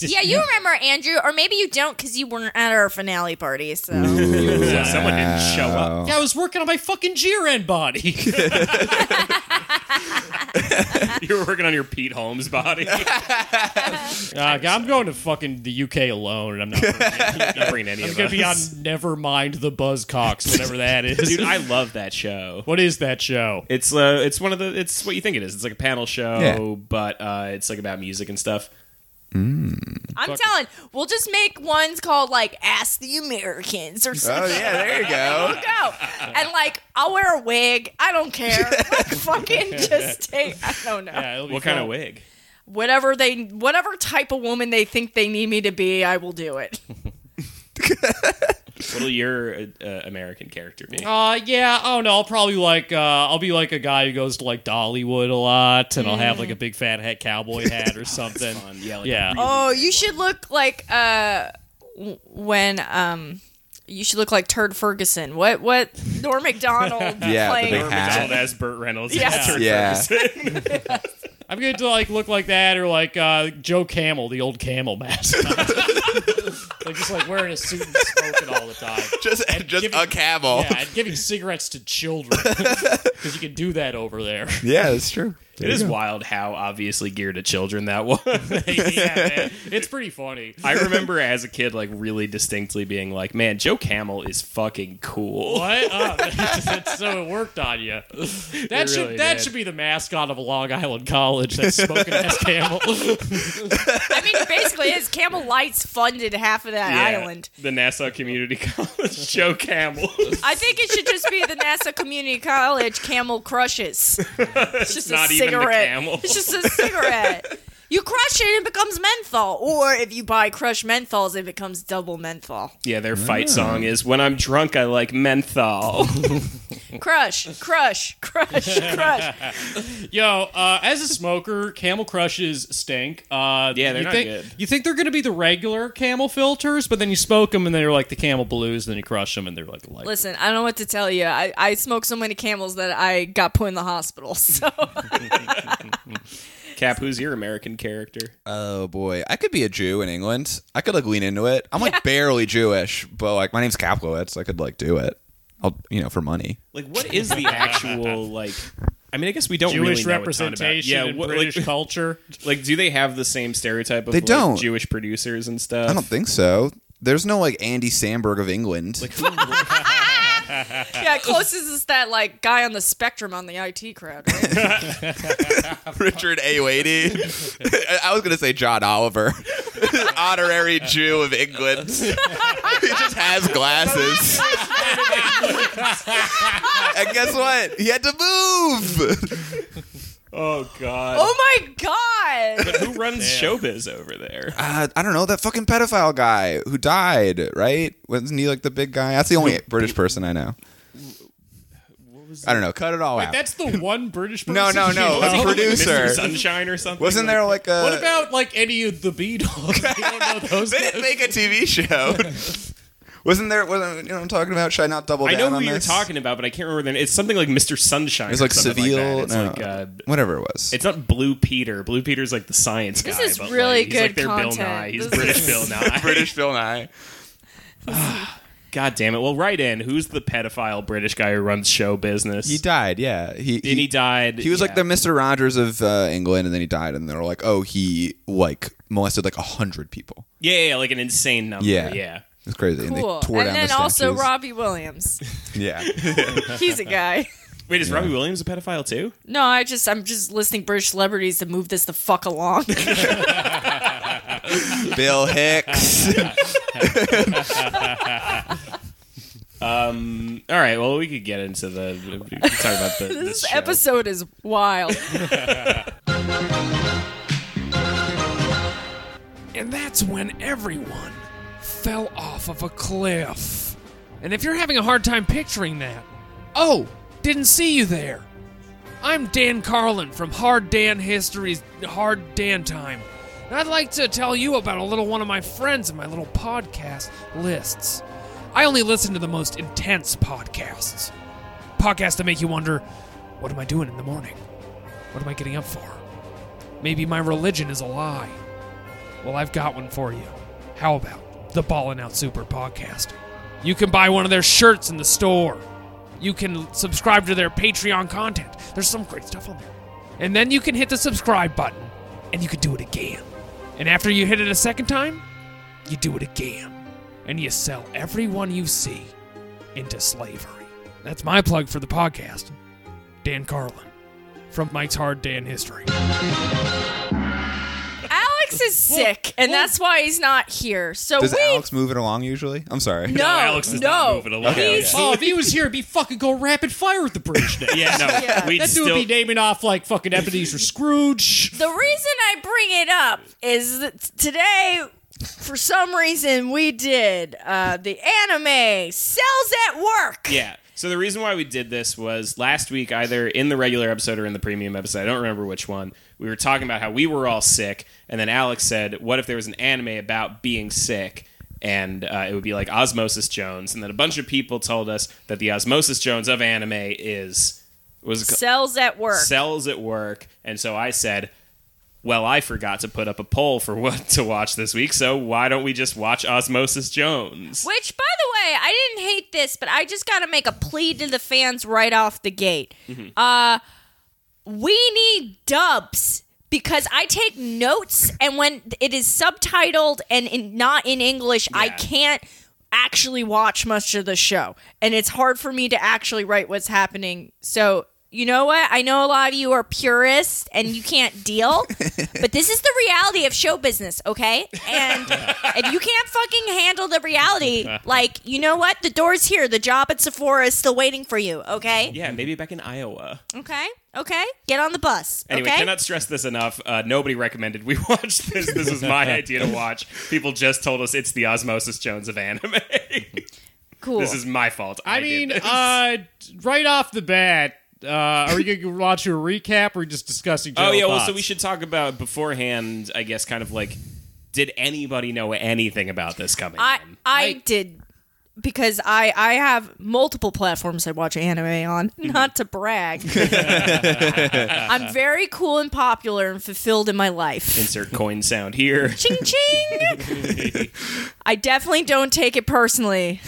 [SPEAKER 1] yeah, you remember Andrew, or maybe you don't because you weren't at our finale party. So,
[SPEAKER 2] Yeah, someone didn't show up.
[SPEAKER 3] Yeah, I was working on my fucking Jiren body.
[SPEAKER 2] You were working on your Pete Holmes body.
[SPEAKER 3] Uh, I'm going to fucking the UK alone, and I'm not.
[SPEAKER 2] Not bringing any
[SPEAKER 3] I'm
[SPEAKER 2] of
[SPEAKER 3] gonna be on
[SPEAKER 2] us.
[SPEAKER 3] Nevermind the Buzzcocks, whatever that is.
[SPEAKER 2] Dude, I love that show.
[SPEAKER 3] what is that show?
[SPEAKER 2] It's uh, it's one of the it's what you think it is. It's like a panel show,
[SPEAKER 4] Yeah.
[SPEAKER 2] but uh, it's like about music and stuff.
[SPEAKER 1] I'm telling, we'll just make ones called like "Ask the Americans" or something.
[SPEAKER 4] Oh, yeah, there you go.
[SPEAKER 1] go. And like, I'll wear a wig. I don't care. Like, fucking just take. I don't know.
[SPEAKER 3] Yeah, it'll be
[SPEAKER 2] What kind of
[SPEAKER 3] fun.
[SPEAKER 2] wig?
[SPEAKER 1] Whatever they, whatever type of woman they think they need me to be, I will do it.
[SPEAKER 2] What'll your uh, uh, American character be?
[SPEAKER 3] Uh, yeah, I don't know. I'll probably like, uh, I'll be like a guy who goes to like Dollywood a lot, and I'll have like a big fat hat cowboy hat or something.
[SPEAKER 2] yeah, like a
[SPEAKER 3] yeah.
[SPEAKER 1] Oh, you should look like uh w- when um you should look like Turd Ferguson. What what Norm Macdonald
[SPEAKER 4] Yeah, the
[SPEAKER 1] playing
[SPEAKER 4] big hat.
[SPEAKER 2] Donald as Burt Reynolds.
[SPEAKER 1] Yes.
[SPEAKER 2] as Turd
[SPEAKER 4] Yeah.
[SPEAKER 2] Ferguson.
[SPEAKER 3] I'm going to like look like that, or like uh, Joe Camel, the old camel mascot. like just like wearing a suit and smoking all the time.
[SPEAKER 4] Just just
[SPEAKER 3] give
[SPEAKER 4] a
[SPEAKER 3] it-
[SPEAKER 4] camel.
[SPEAKER 3] Yeah, and giving cigarettes to children because you can do that over there.
[SPEAKER 4] Yeah, that's true.
[SPEAKER 2] it is wild how obviously geared to children that was.
[SPEAKER 3] yeah, man, it's pretty funny.
[SPEAKER 2] I remember as a kid, like really distinctly being like, "Man, Joe Camel is fucking cool."
[SPEAKER 3] What? Oh, that's- that's- so it worked on you. That should
[SPEAKER 2] really
[SPEAKER 3] that
[SPEAKER 2] did.
[SPEAKER 3] should be the mascot of a Long Island college. That smoking ass camel.
[SPEAKER 1] I mean, basically, his Camel Lights funded half of that
[SPEAKER 2] Yeah.
[SPEAKER 1] island.
[SPEAKER 2] the Nassau Community College, Joe Camel.
[SPEAKER 1] I think it should just be the NASA Community College Camel Crushes. It's just
[SPEAKER 2] not
[SPEAKER 1] a
[SPEAKER 2] even the
[SPEAKER 1] cigarette.
[SPEAKER 2] camel.
[SPEAKER 1] It's just a cigarette. You crush it and it becomes menthol. Or if you buy crushed menthols, it becomes double menthol.
[SPEAKER 2] yeah, their fight song is "When I'm drunk, I like menthol."
[SPEAKER 1] Crush, crush, crush, crush.
[SPEAKER 3] Yo, uh, as a smoker, camel crushes stink. Uh,
[SPEAKER 2] Yeah, they're
[SPEAKER 3] you
[SPEAKER 2] not
[SPEAKER 3] think,
[SPEAKER 2] good.
[SPEAKER 3] You think they're gonna be the regular camel filters, but then you smoke them and they're like the camel blues. And then you crush them and they're like light.
[SPEAKER 1] Listen, I don't know what to tell you. I, I smoked so many camels that I got put in the hospital. So
[SPEAKER 2] Cap, who's your American character?
[SPEAKER 4] Oh boy, I could be a Jew in England. I could like lean into it. I'm like barely Jewish, but like my name's Kaplowitz. I could like do it. I'll you know for money.
[SPEAKER 2] Like, what is the actual like? I mean, I guess we don't
[SPEAKER 3] Jewish
[SPEAKER 2] really know a ton about-
[SPEAKER 3] representation
[SPEAKER 2] Yeah,
[SPEAKER 3] in
[SPEAKER 2] what-
[SPEAKER 3] British
[SPEAKER 2] like,
[SPEAKER 3] culture.
[SPEAKER 2] like, do they have the same stereotype of
[SPEAKER 4] They
[SPEAKER 2] like,
[SPEAKER 4] don't.
[SPEAKER 2] Jewish producers and stuff?
[SPEAKER 4] I don't think so. There's no like Andy Samberg of England.
[SPEAKER 1] yeah, closest is that like guy on the spectrum on the IT crowd. Right?
[SPEAKER 4] Richard A. I was gonna say John Oliver, honorary Jew of England. he just has glasses. and guess what? He had to move.
[SPEAKER 2] Oh God!
[SPEAKER 1] oh my god!
[SPEAKER 2] Who runs showbiz over there?
[SPEAKER 4] Uh, I don't know that fucking pedophile guy who died. Right? Wasn't he like the big guy? That's the only British person I know. I don't know. Cut it all out.
[SPEAKER 3] That's the one British. Person
[SPEAKER 4] No, no,
[SPEAKER 3] you
[SPEAKER 4] no.
[SPEAKER 3] know?
[SPEAKER 4] A
[SPEAKER 2] Mr.
[SPEAKER 4] producer.
[SPEAKER 2] Sunshine or something?
[SPEAKER 4] Wasn't there like a?
[SPEAKER 2] uh,
[SPEAKER 3] What about like any of the Beatles? you don't know those.
[SPEAKER 4] They didn't make a TV show. wasn't there? Wasn't you know what I'm talking about? Should I not double
[SPEAKER 2] I
[SPEAKER 4] down
[SPEAKER 2] know
[SPEAKER 4] on
[SPEAKER 2] who you're
[SPEAKER 4] this?
[SPEAKER 2] talking about, but I can't remember the name. It's something like Mr. Sunshine.
[SPEAKER 4] It's like
[SPEAKER 2] or something
[SPEAKER 4] Seville.
[SPEAKER 2] that. It's
[SPEAKER 4] no,
[SPEAKER 2] like, uh,
[SPEAKER 4] whatever it was.
[SPEAKER 2] it's not Blue Peter. Blue Peter's like the science
[SPEAKER 1] This
[SPEAKER 2] guy.
[SPEAKER 1] is
[SPEAKER 2] but,
[SPEAKER 1] really
[SPEAKER 2] like, he's like
[SPEAKER 1] good
[SPEAKER 2] their Bill
[SPEAKER 1] content.
[SPEAKER 2] Nye. He's
[SPEAKER 1] This
[SPEAKER 2] British
[SPEAKER 1] is-
[SPEAKER 2] Bill Nye.
[SPEAKER 4] British Bill Nye.
[SPEAKER 2] God damn it! Well, write in. Who's the pedophile British guy who runs show business?
[SPEAKER 4] He died. Yeah, he
[SPEAKER 2] and he died.
[SPEAKER 4] He was like
[SPEAKER 2] yeah.
[SPEAKER 4] the Mister Rogers of uh, England, and then he died, and they were like, oh, he like molested like a hundred people.
[SPEAKER 2] yeah, yeah, yeah, like an insane number.
[SPEAKER 4] Yeah.
[SPEAKER 2] Yeah, yeah.
[SPEAKER 4] It's crazy. And
[SPEAKER 1] Cool.
[SPEAKER 4] they tore
[SPEAKER 1] and
[SPEAKER 4] down
[SPEAKER 1] then
[SPEAKER 4] the
[SPEAKER 1] also
[SPEAKER 4] statues.
[SPEAKER 1] Robbie Williams.
[SPEAKER 4] Yeah,
[SPEAKER 1] He's a guy.
[SPEAKER 2] Wait, is Robbie Williams a pedophile too?
[SPEAKER 1] No, I just I'm just listing British celebrities to move this the fuck along.
[SPEAKER 4] Bill Hicks.
[SPEAKER 2] All right. Well, we could get into the we could talk about the
[SPEAKER 1] this
[SPEAKER 2] show.
[SPEAKER 1] episode is wild.
[SPEAKER 5] And that's when everyone fell off of a cliff. And if you're having a hard time picturing that, oh, didn't see you there. I'm Dan Carlin from Hard Dan History's Hard Dan Time. And I'd like to tell you about a little one of my friends in my little podcast lists. I only listen to the most intense podcasts. Podcasts that make you wonder what am I doing in the morning? What am I getting up for? Maybe my religion is a lie. Well, I've got one for you. How about the Ballin' Out Super podcast? You can buy one of their shirts in the store. You can subscribe to their Patreon content. There's some great stuff on there. And then you can hit the subscribe button and you can do it again. And after you hit it a second time, you do it again. And you sell everyone you see into slavery. That's my plug for the podcast. Dan Carlin from Mike's Hard Dan History.
[SPEAKER 1] Alex is sick, and that's why he's not here. So
[SPEAKER 4] Does
[SPEAKER 1] we
[SPEAKER 4] Alex move it along usually? I'm sorry.
[SPEAKER 1] no,
[SPEAKER 2] Alex is not
[SPEAKER 1] no.
[SPEAKER 2] moving along.
[SPEAKER 1] He's-
[SPEAKER 2] Okay,
[SPEAKER 3] Oh, if he was here, it'd be fucking go rapid fire with the British name.
[SPEAKER 2] Yeah, no,
[SPEAKER 1] Yeah.
[SPEAKER 2] we'd
[SPEAKER 3] That dude
[SPEAKER 2] still
[SPEAKER 3] would be naming off like fucking Ebenezer Scrooge.
[SPEAKER 1] The reason I bring it up is that t- today for some reason we did uh, the anime sells at work.
[SPEAKER 2] Yeah. So the reason why we did this was last week, either in the regular episode or in the premium episode, I don't remember which one, we were talking about how we were all sick, and then Alex said, What if there was an anime about being sick? And uh, it would be like Osmosis Jones. And then a bunch of people told us that the Osmosis Jones of anime is. what Was it called?
[SPEAKER 1] Sells at work.
[SPEAKER 2] Cells at work. And so I said, well, I forgot to put up a poll for what to watch this week, so why don't we just watch Osmosis Jones?
[SPEAKER 1] Which, by the way, I didn't hate this, but I just got to make a plea to the fans right off the gate. Uh, we need dubs because I take notes, and when it is subtitled and in, not in English, I
[SPEAKER 2] Yeah.
[SPEAKER 1] can't actually watch much of the show, and it's hard for me to actually write what's happening. So. You know what? I know a lot of you are purists and you can't deal, but this is the reality of show business, okay? And if you can't fucking handle the reality, like, you know what? The door's here. The job at Sephora is still waiting for you, okay?
[SPEAKER 2] Yeah, maybe back in Iowa.
[SPEAKER 1] Okay? Okay? Get on the bus.
[SPEAKER 2] Anyway,
[SPEAKER 1] okay?
[SPEAKER 2] cannot stress this enough. Uh, nobody recommended we watch this. This was my idea to watch. People just told us it's the Osmosis Jones of anime.
[SPEAKER 1] cool.
[SPEAKER 2] this is my fault. I,
[SPEAKER 3] I
[SPEAKER 2] did
[SPEAKER 3] mean,
[SPEAKER 2] this.
[SPEAKER 3] uh, right off the bat, uh, are we going to launch a recap or are we just discussing
[SPEAKER 2] oh
[SPEAKER 3] general
[SPEAKER 2] yeah. Well,
[SPEAKER 3] thoughts?
[SPEAKER 2] so we should talk about beforehand. I guess kind of like, did anybody know anything about this coming?
[SPEAKER 1] I,
[SPEAKER 2] in?
[SPEAKER 1] I did because I, I have multiple platforms I watch anime on,
[SPEAKER 2] Mm-hmm.
[SPEAKER 1] not to brag. I'm very cool and popular and fulfilled in my life.
[SPEAKER 2] insert coin sound here.
[SPEAKER 1] ching ching. I definitely don't take it personally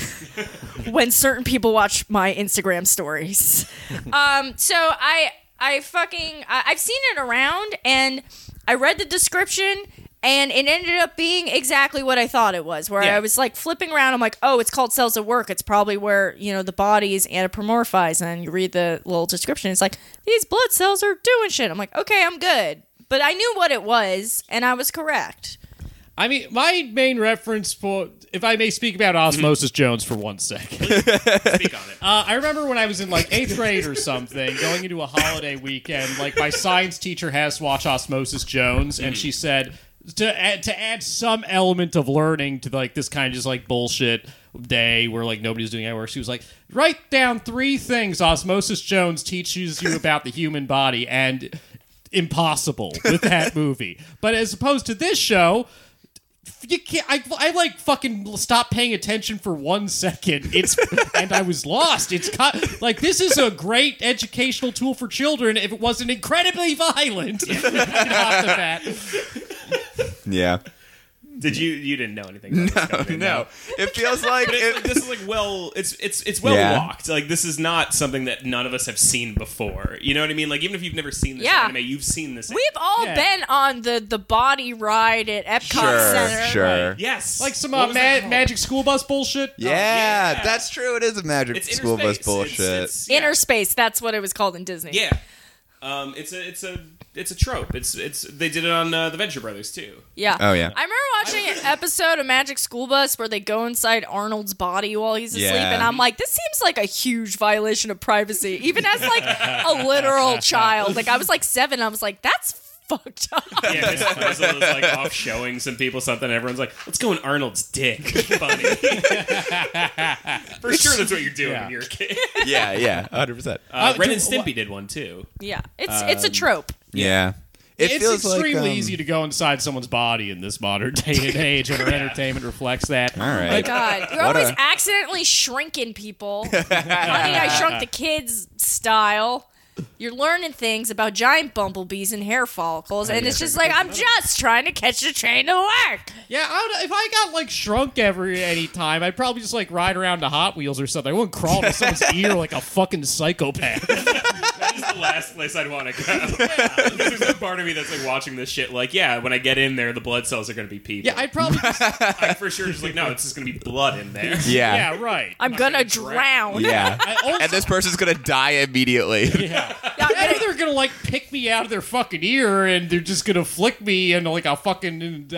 [SPEAKER 1] when certain people watch my Instagram stories. Um, so I I fucking I I've seen it around and I read the description and it ended up being exactly what I thought it was. Where
[SPEAKER 2] Yeah.
[SPEAKER 1] I was like flipping around, I'm like, oh, it's called cells at work. It's probably where you know the body is anthropomorphized, and you read the little description. It's like these blood cells are doing shit. I'm like, okay, I'm good. But I knew what it was, and I was correct.
[SPEAKER 3] I mean, my main reference for, if I may speak about Osmosis Jones for one second.
[SPEAKER 2] Speak on it.
[SPEAKER 3] Uh, I remember when I was in like eighth grade or something, going into a holiday weekend. Like my science teacher has to watch Osmosis Jones, and she said to add, to add some element of learning to like this kind of just like bullshit day where like nobody's doing any work. She was like, write down three things Osmosis Jones teaches you about the human body, and impossible with that movie. But as opposed to this show, you can't. I, I like fucking stop paying attention for one second. It's and I was lost. It's co- like this is a great educational tool for children. If it wasn't incredibly violent, Right off the bat.
[SPEAKER 4] Yeah.
[SPEAKER 2] Did you? You didn't know anything? About this coming in,
[SPEAKER 4] No, it feels like
[SPEAKER 2] Oh, It's
[SPEAKER 4] it,
[SPEAKER 2] like- this is like well it's it's it's well
[SPEAKER 4] Yeah.
[SPEAKER 2] walked like this is not something that none of us have seen before you know what i mean like even if you've never seen this
[SPEAKER 1] Yeah.
[SPEAKER 2] anime you've seen this
[SPEAKER 1] We've all
[SPEAKER 3] Yeah.
[SPEAKER 1] been on the the body ride at Epcot Center.
[SPEAKER 4] sure, sure. Yeah.
[SPEAKER 2] yes
[SPEAKER 3] like some
[SPEAKER 2] What
[SPEAKER 3] uh,
[SPEAKER 2] was that
[SPEAKER 3] ma-
[SPEAKER 2] called?
[SPEAKER 3] magic school bus bullshit.
[SPEAKER 2] yeah.
[SPEAKER 4] that's true. It is a magic
[SPEAKER 2] it's
[SPEAKER 4] school bus
[SPEAKER 2] interspace.
[SPEAKER 4] bullshit.
[SPEAKER 2] It's- it's- yeah.
[SPEAKER 1] Inner space, that's what it was called in Disney.
[SPEAKER 2] yeah um it's a it's a it's a trope it's it's they did it on uh, the venture brothers too
[SPEAKER 1] Yeah.
[SPEAKER 4] Oh, yeah.
[SPEAKER 1] I remember watching an episode of Magic School Bus where they go inside Arnold's body while he's asleep,
[SPEAKER 4] Yeah.
[SPEAKER 1] and I'm like, this seems like a huge violation of privacy, even as like a literal child. Like I was like seven, I was like, that's fucked up.
[SPEAKER 2] yeah Miss Frizzle is like off showing some people something and everyone's like let's go in arnold's dick Funny. for sure that's what you're doing
[SPEAKER 3] Yeah.
[SPEAKER 2] when you're a kid
[SPEAKER 4] yeah, yeah, hundred percent.
[SPEAKER 2] uh, ren
[SPEAKER 3] do-
[SPEAKER 2] and stimpy did one too
[SPEAKER 1] Yeah, it's it's
[SPEAKER 2] Um,
[SPEAKER 1] a trope.
[SPEAKER 4] Yeah, it
[SPEAKER 3] it's
[SPEAKER 4] feels
[SPEAKER 3] extremely
[SPEAKER 4] like, um,
[SPEAKER 3] easy to go inside someone's body in this modern day and age, and our entertainment reflects that.
[SPEAKER 4] All right.
[SPEAKER 3] Like,
[SPEAKER 1] God, you're
[SPEAKER 4] What
[SPEAKER 1] always
[SPEAKER 4] a-
[SPEAKER 1] accidentally shrinking people. Honey, I shrunk the kids style. You're learning things about giant bumblebees and hair follicles, and it's just like I'm just trying to catch the train to work.
[SPEAKER 3] yeah, I would, if I got like shrunk every any time, I'd probably just like ride around to Hot Wheels or something. I wouldn't crawl into someone's ear like a fucking psychopath.
[SPEAKER 2] That's the last place I'd want to go. There's a part of me that's like watching this shit. Like, yeah, when I get in there, the blood cells are going to be people.
[SPEAKER 3] Yeah, I'd probably. Just,
[SPEAKER 2] I'm for sure just like, no, it's just going to be blood in there.
[SPEAKER 4] Yeah,
[SPEAKER 3] yeah, right.
[SPEAKER 1] I'm gonna drown.
[SPEAKER 4] yeah.
[SPEAKER 3] I also,
[SPEAKER 4] and this person's gonna die immediately.
[SPEAKER 3] I know they're gonna like pick me out of their fucking ear, and they're just gonna flick me and like I'll fucking uh,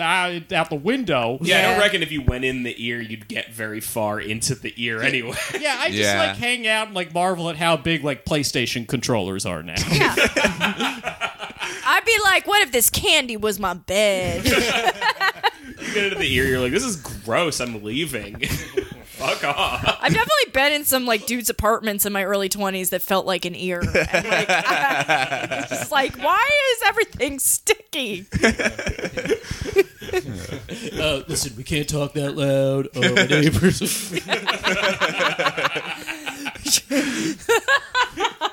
[SPEAKER 3] out the window.
[SPEAKER 2] Yeah, I
[SPEAKER 1] Yeah.
[SPEAKER 2] don't reckon if you went in the ear, you'd get very far into the ear anyway.
[SPEAKER 3] Yeah, I just
[SPEAKER 4] Yeah.
[SPEAKER 3] like hang out and like marvel at how big like PlayStation controllers are now.
[SPEAKER 1] I'd be like, what if this candy was my bed?
[SPEAKER 2] you get into the ear, you're like, this is gross. I'm leaving. Fuck off.
[SPEAKER 1] I've definitely been in some like dude's apartments in my early 20s that felt like an ear. And, like, it's just like, why is everything sticky?
[SPEAKER 3] Uh, listen, we can't talk that loud. Uh, my neighbors.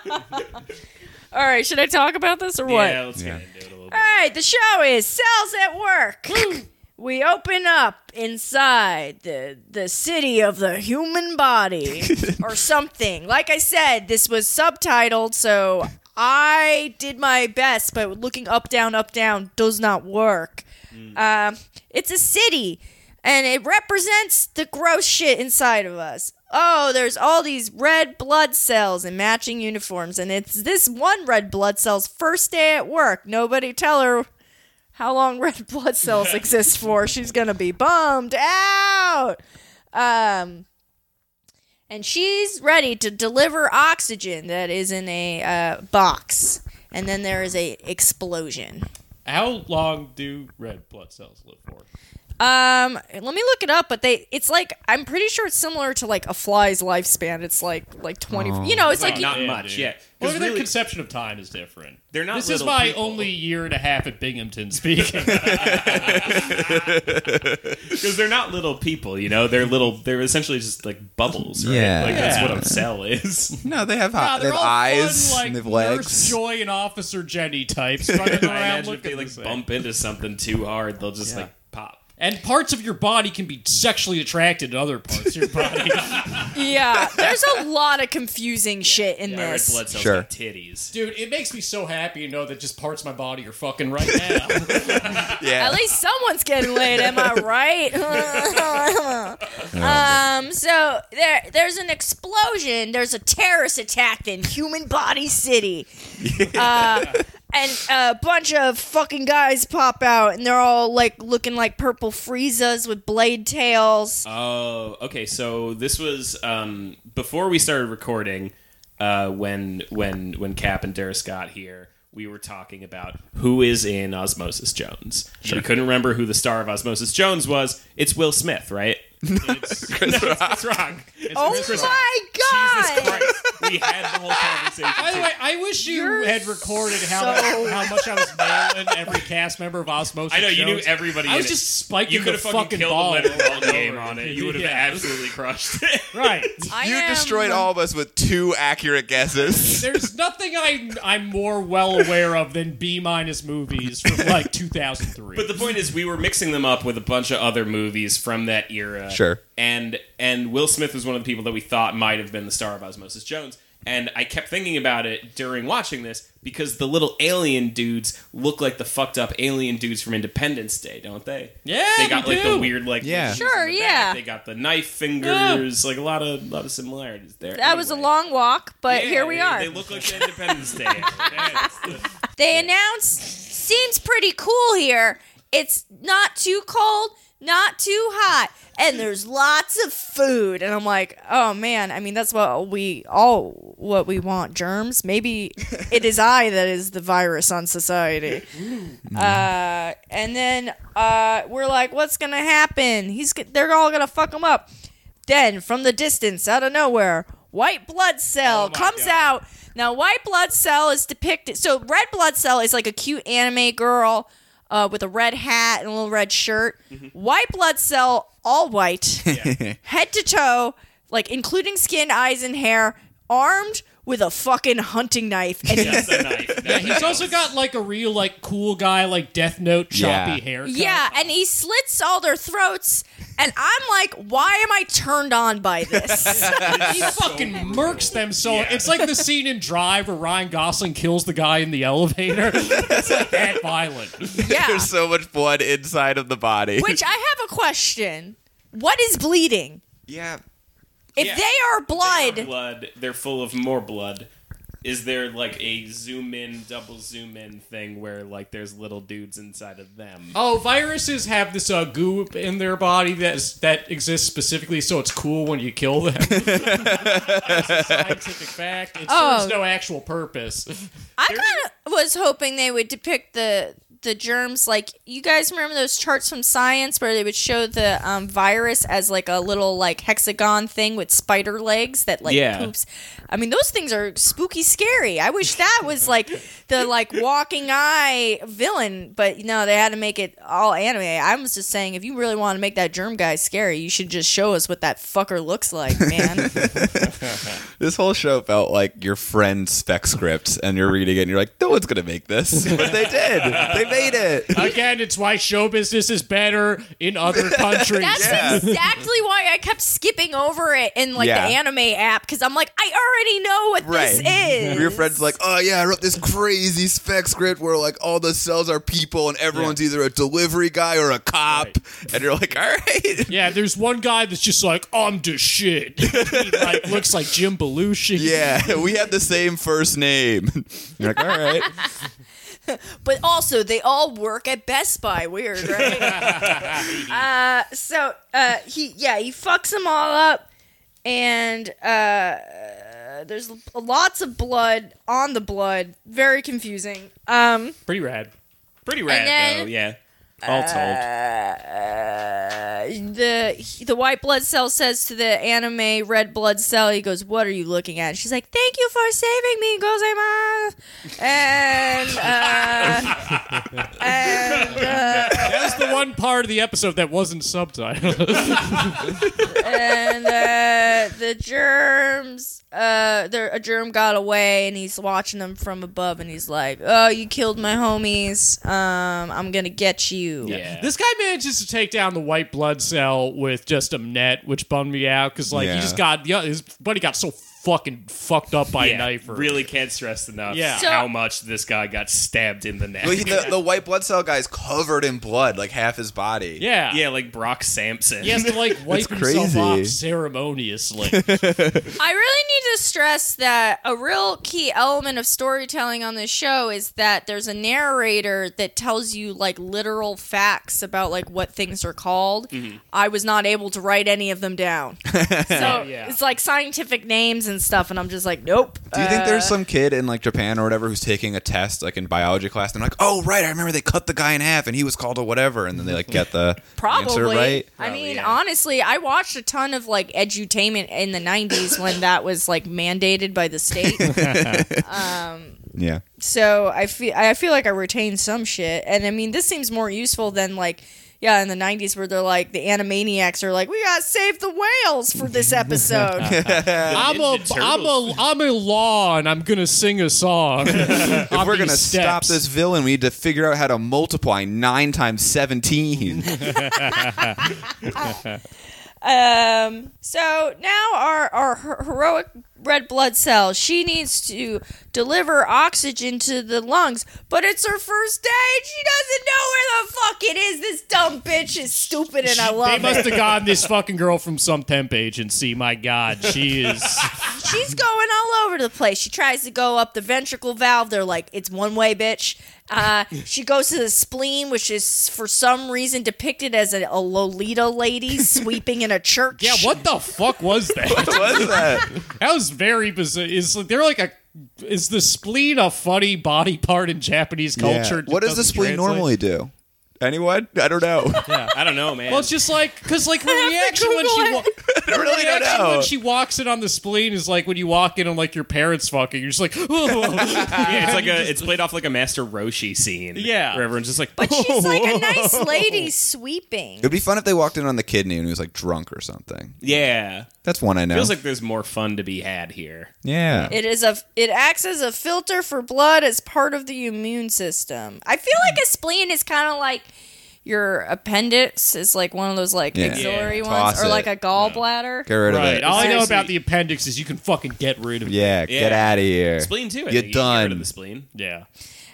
[SPEAKER 1] All right, should I talk about this or what?
[SPEAKER 2] Yeah, let's get into it a little bit.
[SPEAKER 1] All right, the show is Cells at Work. we open up inside the the city of the human body or something. Like I said, this was subtitled, so I did my best, but looking up down up down does not work. Um, it's a city, and it represents the gross shit inside of us. Oh, there's all these red blood cells in matching uniforms, and it's this one red blood cell's first day at work. Nobody tell her how long red blood cells exist for. She's gonna be bummed out. Um, and she's ready to deliver oxygen that is in a uh, box, and then there is a explosion.
[SPEAKER 3] How long do red blood cells live for?
[SPEAKER 1] Um, let me look it up. But they, it's like I'm pretty sure it's similar to like a fly's lifespan. It's like like 20. You know, it's like, you-
[SPEAKER 2] Not
[SPEAKER 3] Yeah,
[SPEAKER 2] much,
[SPEAKER 3] dude.
[SPEAKER 2] yeah. 'Cause
[SPEAKER 3] Well, their
[SPEAKER 2] really-
[SPEAKER 3] conception of time is different.
[SPEAKER 2] They're not
[SPEAKER 3] This is
[SPEAKER 2] little
[SPEAKER 3] my
[SPEAKER 2] people.
[SPEAKER 3] only year and a half at Binghamton speaking.
[SPEAKER 2] Because they're not little people, you know. They're little. They're essentially just like bubbles, right?
[SPEAKER 4] Yeah.
[SPEAKER 2] Like that's
[SPEAKER 3] Yeah.
[SPEAKER 2] what a cell is.
[SPEAKER 4] No, they have,
[SPEAKER 3] Nah,
[SPEAKER 4] hot. they
[SPEAKER 3] Ah, they're
[SPEAKER 4] have
[SPEAKER 3] all
[SPEAKER 4] eyes
[SPEAKER 3] fun, like
[SPEAKER 4] and they have
[SPEAKER 3] Nurse
[SPEAKER 4] legs.
[SPEAKER 3] Joy and Officer Jenny types running
[SPEAKER 2] I
[SPEAKER 3] around
[SPEAKER 2] imagine if
[SPEAKER 3] looking
[SPEAKER 2] they
[SPEAKER 3] the
[SPEAKER 2] like
[SPEAKER 3] same.
[SPEAKER 2] bump into something too hard, they'll just
[SPEAKER 3] Yeah.
[SPEAKER 2] like pop.
[SPEAKER 3] And parts of your body can be sexually attracted to other parts of your body.
[SPEAKER 1] yeah, there's a lot of confusing shit in
[SPEAKER 2] Yeah, red
[SPEAKER 1] this.
[SPEAKER 2] blood cells
[SPEAKER 4] Sure.
[SPEAKER 2] got titties.
[SPEAKER 3] Dude, it makes me so happy to know that just parts of my body are fucking right now.
[SPEAKER 4] Yeah.
[SPEAKER 1] At least someone's getting laid, am I right? um, so there there's an explosion, there's a terrorist attack in Human Body City. Uh, and a bunch of fucking guys pop out and they're all like looking like purple Friezas with blade tails.
[SPEAKER 2] Oh, okay. So this was um, before we started recording. Uh, when when when Cap and Darius got here, we were talking about who is in Osmosis Jones. We couldn't remember who the star of Osmosis Jones was. It's Will Smith, right?
[SPEAKER 4] Chris Rock.
[SPEAKER 2] That's wrong. It's
[SPEAKER 1] oh
[SPEAKER 2] Chris Rock.
[SPEAKER 1] my god.
[SPEAKER 2] we had the whole conversation.
[SPEAKER 3] By the way, I wish you
[SPEAKER 1] You're
[SPEAKER 3] had recorded how,
[SPEAKER 1] so-
[SPEAKER 3] much, how much I was nailing every cast member of Osmosis.
[SPEAKER 2] I know you knew
[SPEAKER 3] Jones.
[SPEAKER 2] everybody.
[SPEAKER 3] I
[SPEAKER 2] in
[SPEAKER 3] was
[SPEAKER 2] it.
[SPEAKER 3] just spiking
[SPEAKER 2] you
[SPEAKER 3] the
[SPEAKER 2] could have fucking,
[SPEAKER 3] fucking
[SPEAKER 2] killed a
[SPEAKER 3] ball
[SPEAKER 2] literal
[SPEAKER 3] over
[SPEAKER 2] game
[SPEAKER 3] and
[SPEAKER 2] on it.
[SPEAKER 3] over.
[SPEAKER 2] You would have
[SPEAKER 3] Yeah.
[SPEAKER 2] absolutely crushed it.
[SPEAKER 3] Right.
[SPEAKER 1] I
[SPEAKER 4] You
[SPEAKER 1] am-
[SPEAKER 4] destroyed all of us with two accurate guesses.
[SPEAKER 3] There's nothing I, I'm more well aware of than B minus movies from like 2003.
[SPEAKER 2] But the point is, we were mixing them up with a bunch of other movies from that era.
[SPEAKER 4] Sure.
[SPEAKER 2] And and Will Smith was one of the people that we thought might have been the star of Osmosis Jones. And I kept thinking about it during watching this because the little alien dudes look like the fucked up alien dudes from Independence Day, don't they?
[SPEAKER 3] Yeah,
[SPEAKER 2] they got
[SPEAKER 3] they
[SPEAKER 2] like
[SPEAKER 3] do.
[SPEAKER 2] the weird like
[SPEAKER 4] Yeah.
[SPEAKER 2] lesions in
[SPEAKER 1] Sure,
[SPEAKER 2] the back.
[SPEAKER 1] yeah.
[SPEAKER 2] They got the knife fingers, like a lot of lot of similarities there.
[SPEAKER 1] That was a
[SPEAKER 2] Anyway.
[SPEAKER 1] long walk, but
[SPEAKER 2] Yeah,
[SPEAKER 1] here we
[SPEAKER 2] they-
[SPEAKER 1] are.
[SPEAKER 2] They look like the Independence Day. That's the-
[SPEAKER 1] They announce seems pretty cool here. It's not too cold, not too hot, and there's lots of food. And I'm like, oh man, I mean that's what we all what we want, germs. Maybe it is I that is the virus on society. Uh, and then uh, we're like, what's gonna happen? He's g- they're all gonna fuck him up. Then from the distance, out of nowhere, white blood cell comes out. Now, white blood cell is depicted. So red blood cell is like a cute anime girl. Uh, with a red hat and a little red shirt, white blood cell, all white, head to toe, like including skin, eyes, and hair, armed with a fucking hunting knife, and
[SPEAKER 2] that's the knife.
[SPEAKER 3] yeah, he's also got like a real like cool guy like Death Note choppy
[SPEAKER 4] Yeah.
[SPEAKER 3] haircut.
[SPEAKER 1] Yeah, and he slits all their throats. And I'm like, why am I turned on by this?
[SPEAKER 3] He fucking murks them so
[SPEAKER 2] Yeah.
[SPEAKER 3] it's like the scene in Drive where Ryan Gosling kills the guy in the elevator. it's like that violent.
[SPEAKER 1] yeah.
[SPEAKER 4] There's so much blood inside of the body.
[SPEAKER 1] Which I have a question. What is bleeding?
[SPEAKER 4] yeah.
[SPEAKER 1] If
[SPEAKER 2] Yeah.
[SPEAKER 1] they are blood,
[SPEAKER 2] They are blood. They're full of more blood. Is there like a zoom in, double zoom in thing where like there's little dudes inside of them?
[SPEAKER 3] Oh, viruses have this uh, goo in their body that is, that exists specifically so it's cool when you kill them. it's a scientific fact. It
[SPEAKER 1] Oh.
[SPEAKER 3] serves no actual purpose.
[SPEAKER 1] I kind of was hoping they would depict the the germs like you guys remember those charts from science where they would show the um, virus as like a little like hexagon thing with spider legs that like
[SPEAKER 2] Yeah.
[SPEAKER 1] poops i mean those things are spooky scary i wish that was like the like walking eye villain but no they had to make it all anime i was just saying if you really want to make that germ guy scary you should just show us what that fucker looks like man
[SPEAKER 4] This whole show felt like your friend's spec scripts, and you're reading it, and you're like, no one's gonna make this, but they did. They made it.
[SPEAKER 3] Again, it's why show business is better in other countries.
[SPEAKER 1] That's
[SPEAKER 4] Yeah.
[SPEAKER 1] exactly why I kept skipping over it in like
[SPEAKER 4] Yeah.
[SPEAKER 1] the anime app because I'm like, I already know what this is.
[SPEAKER 4] Your friend's like, oh yeah, I wrote this crazy spec script where like all the cells are people and everyone's either a delivery guy or a cop, and you're like, all right,
[SPEAKER 3] Yeah, there's one guy that's just like, I'm the shit. he like, looks like Jim Belushi.
[SPEAKER 4] yeah, we have the same first name. You're like, all right,
[SPEAKER 1] but also they all work at Best Buy. Weird, right? uh, so uh, he, yeah, he fucks them all up, and uh, there's lots of blood on the blood. Very confusing. Um,
[SPEAKER 3] Pretty rad.
[SPEAKER 2] Pretty rad
[SPEAKER 1] then-
[SPEAKER 2] though. Yeah,
[SPEAKER 3] Uh,
[SPEAKER 2] all told.
[SPEAKER 1] the the white blood cell says to the anime red blood cell, he goes, "What are you looking at?" And she's like, "Thank you for saving me, Gozaimasu." And uh, and
[SPEAKER 3] That's the one part of the episode that wasn't subtitled.
[SPEAKER 1] and uh, the germs, uh, there a germ got away, and he's watching them from above, and he's like, "Oh, you killed my homies. Um, I'm gonna get you."
[SPEAKER 2] Yeah.
[SPEAKER 3] This guy manages to take down the white blood cell with just a net, which bummed me out because like
[SPEAKER 4] Yeah.
[SPEAKER 3] he just got yeah, his buddy got so fucking fucked up by
[SPEAKER 2] Yeah,
[SPEAKER 3] a knife. or-
[SPEAKER 2] really can't stress enough
[SPEAKER 3] Yeah.
[SPEAKER 1] So-
[SPEAKER 2] how much this guy got stabbed in the neck.
[SPEAKER 4] Well, he- the, the white blood cell guy's covered in blood, like half his body.
[SPEAKER 3] yeah,
[SPEAKER 2] yeah, like Brock Sampson.
[SPEAKER 3] He has to like wipe
[SPEAKER 4] That's
[SPEAKER 3] himself off
[SPEAKER 4] crazy.
[SPEAKER 3] ceremoniously.
[SPEAKER 1] I really need to stress that a real key element of storytelling on this show is that there's a narrator that tells you like literal facts about like what things are called. I was not able to write any of them down. so it's like scientific names and stuff and I'm just like, nope.
[SPEAKER 4] Do you think
[SPEAKER 1] Uh,
[SPEAKER 4] there's some kid in like Japan or whatever who's taking a test like in biology class and like, oh right, I remember they cut the guy in half and he was called a whatever, and then they like get the answer
[SPEAKER 1] Probably.
[SPEAKER 4] right.
[SPEAKER 1] I mean, honestly, I watched a ton of like edutainment in the 90s when that was like mandated by the state.
[SPEAKER 4] Yeah,
[SPEAKER 1] so I feel I feel like I retain some shit, and I mean this seems more useful than like yeah in the '90s where they're like the Animaniacs are like we gotta save the whales for this episode.
[SPEAKER 3] I'm a,
[SPEAKER 2] Ninja
[SPEAKER 3] I'm a, I'm a law, and I'm gonna sing a song. if
[SPEAKER 4] if we're gonna stop this villain, we need to figure out how to multiply nine times seventeen.
[SPEAKER 1] um, so now our our her- heroic red blood cell she needs to deliver oxygen to the lungs, but it's her first day. and She doesn't know where the fuck it is. This dumb bitch is stupid, and I
[SPEAKER 3] They
[SPEAKER 1] love it.
[SPEAKER 3] must have gotten this fucking girl from some temp agency. My God, she is.
[SPEAKER 1] She's going all over the place. She tries to go up the ventricle valve. They're like, it's one way, bitch. Uh, she goes to the spleen, which is for some reason depicted as a, a Lolita lady sweeping in a church.
[SPEAKER 3] Yeah, what the fuck was that?
[SPEAKER 4] What's that?
[SPEAKER 3] That was very bizarre. Is they're like a. Is the spleen a funny body part in Japanese culture? that
[SPEAKER 4] What does the
[SPEAKER 3] doesn't
[SPEAKER 4] spleen
[SPEAKER 3] translate?
[SPEAKER 4] normally do? Anyone? I don't know.
[SPEAKER 2] I don't know, man.
[SPEAKER 3] Well, it's just like because like her reaction when she wa-
[SPEAKER 4] I really don't
[SPEAKER 3] reaction
[SPEAKER 4] know.
[SPEAKER 3] when she walks in on the spleen is like when you walk in on like your parents fucking. You're just like,
[SPEAKER 2] yeah, it's like a it's played off like a Master Roshi scene.
[SPEAKER 3] Yeah.
[SPEAKER 2] where everyone's just like,
[SPEAKER 1] But she's like a nice lady sweeping.
[SPEAKER 4] It'd be fun if they walked in on the kidney and he was like drunk or something.
[SPEAKER 2] yeah.
[SPEAKER 4] That's one I know.
[SPEAKER 2] Feels like there's more fun to be had here.
[SPEAKER 4] yeah.
[SPEAKER 1] It is a it acts as a filter for blood as part of the immune system. I feel like a spleen is kind of like your appendix is like one of those like
[SPEAKER 4] Yeah.
[SPEAKER 1] auxiliary
[SPEAKER 4] Yeah.
[SPEAKER 1] ones
[SPEAKER 4] Toss
[SPEAKER 1] or like
[SPEAKER 4] it.
[SPEAKER 1] a gallbladder.
[SPEAKER 4] get rid of
[SPEAKER 3] right.
[SPEAKER 4] it.
[SPEAKER 3] All I know
[SPEAKER 2] Seriously.
[SPEAKER 3] about the appendix is you can fucking get rid of it.
[SPEAKER 4] yeah, get out of here.
[SPEAKER 2] Spleen too. I
[SPEAKER 4] You're
[SPEAKER 2] think. You can get rid
[SPEAKER 4] done.
[SPEAKER 2] of the spleen.
[SPEAKER 3] Yeah.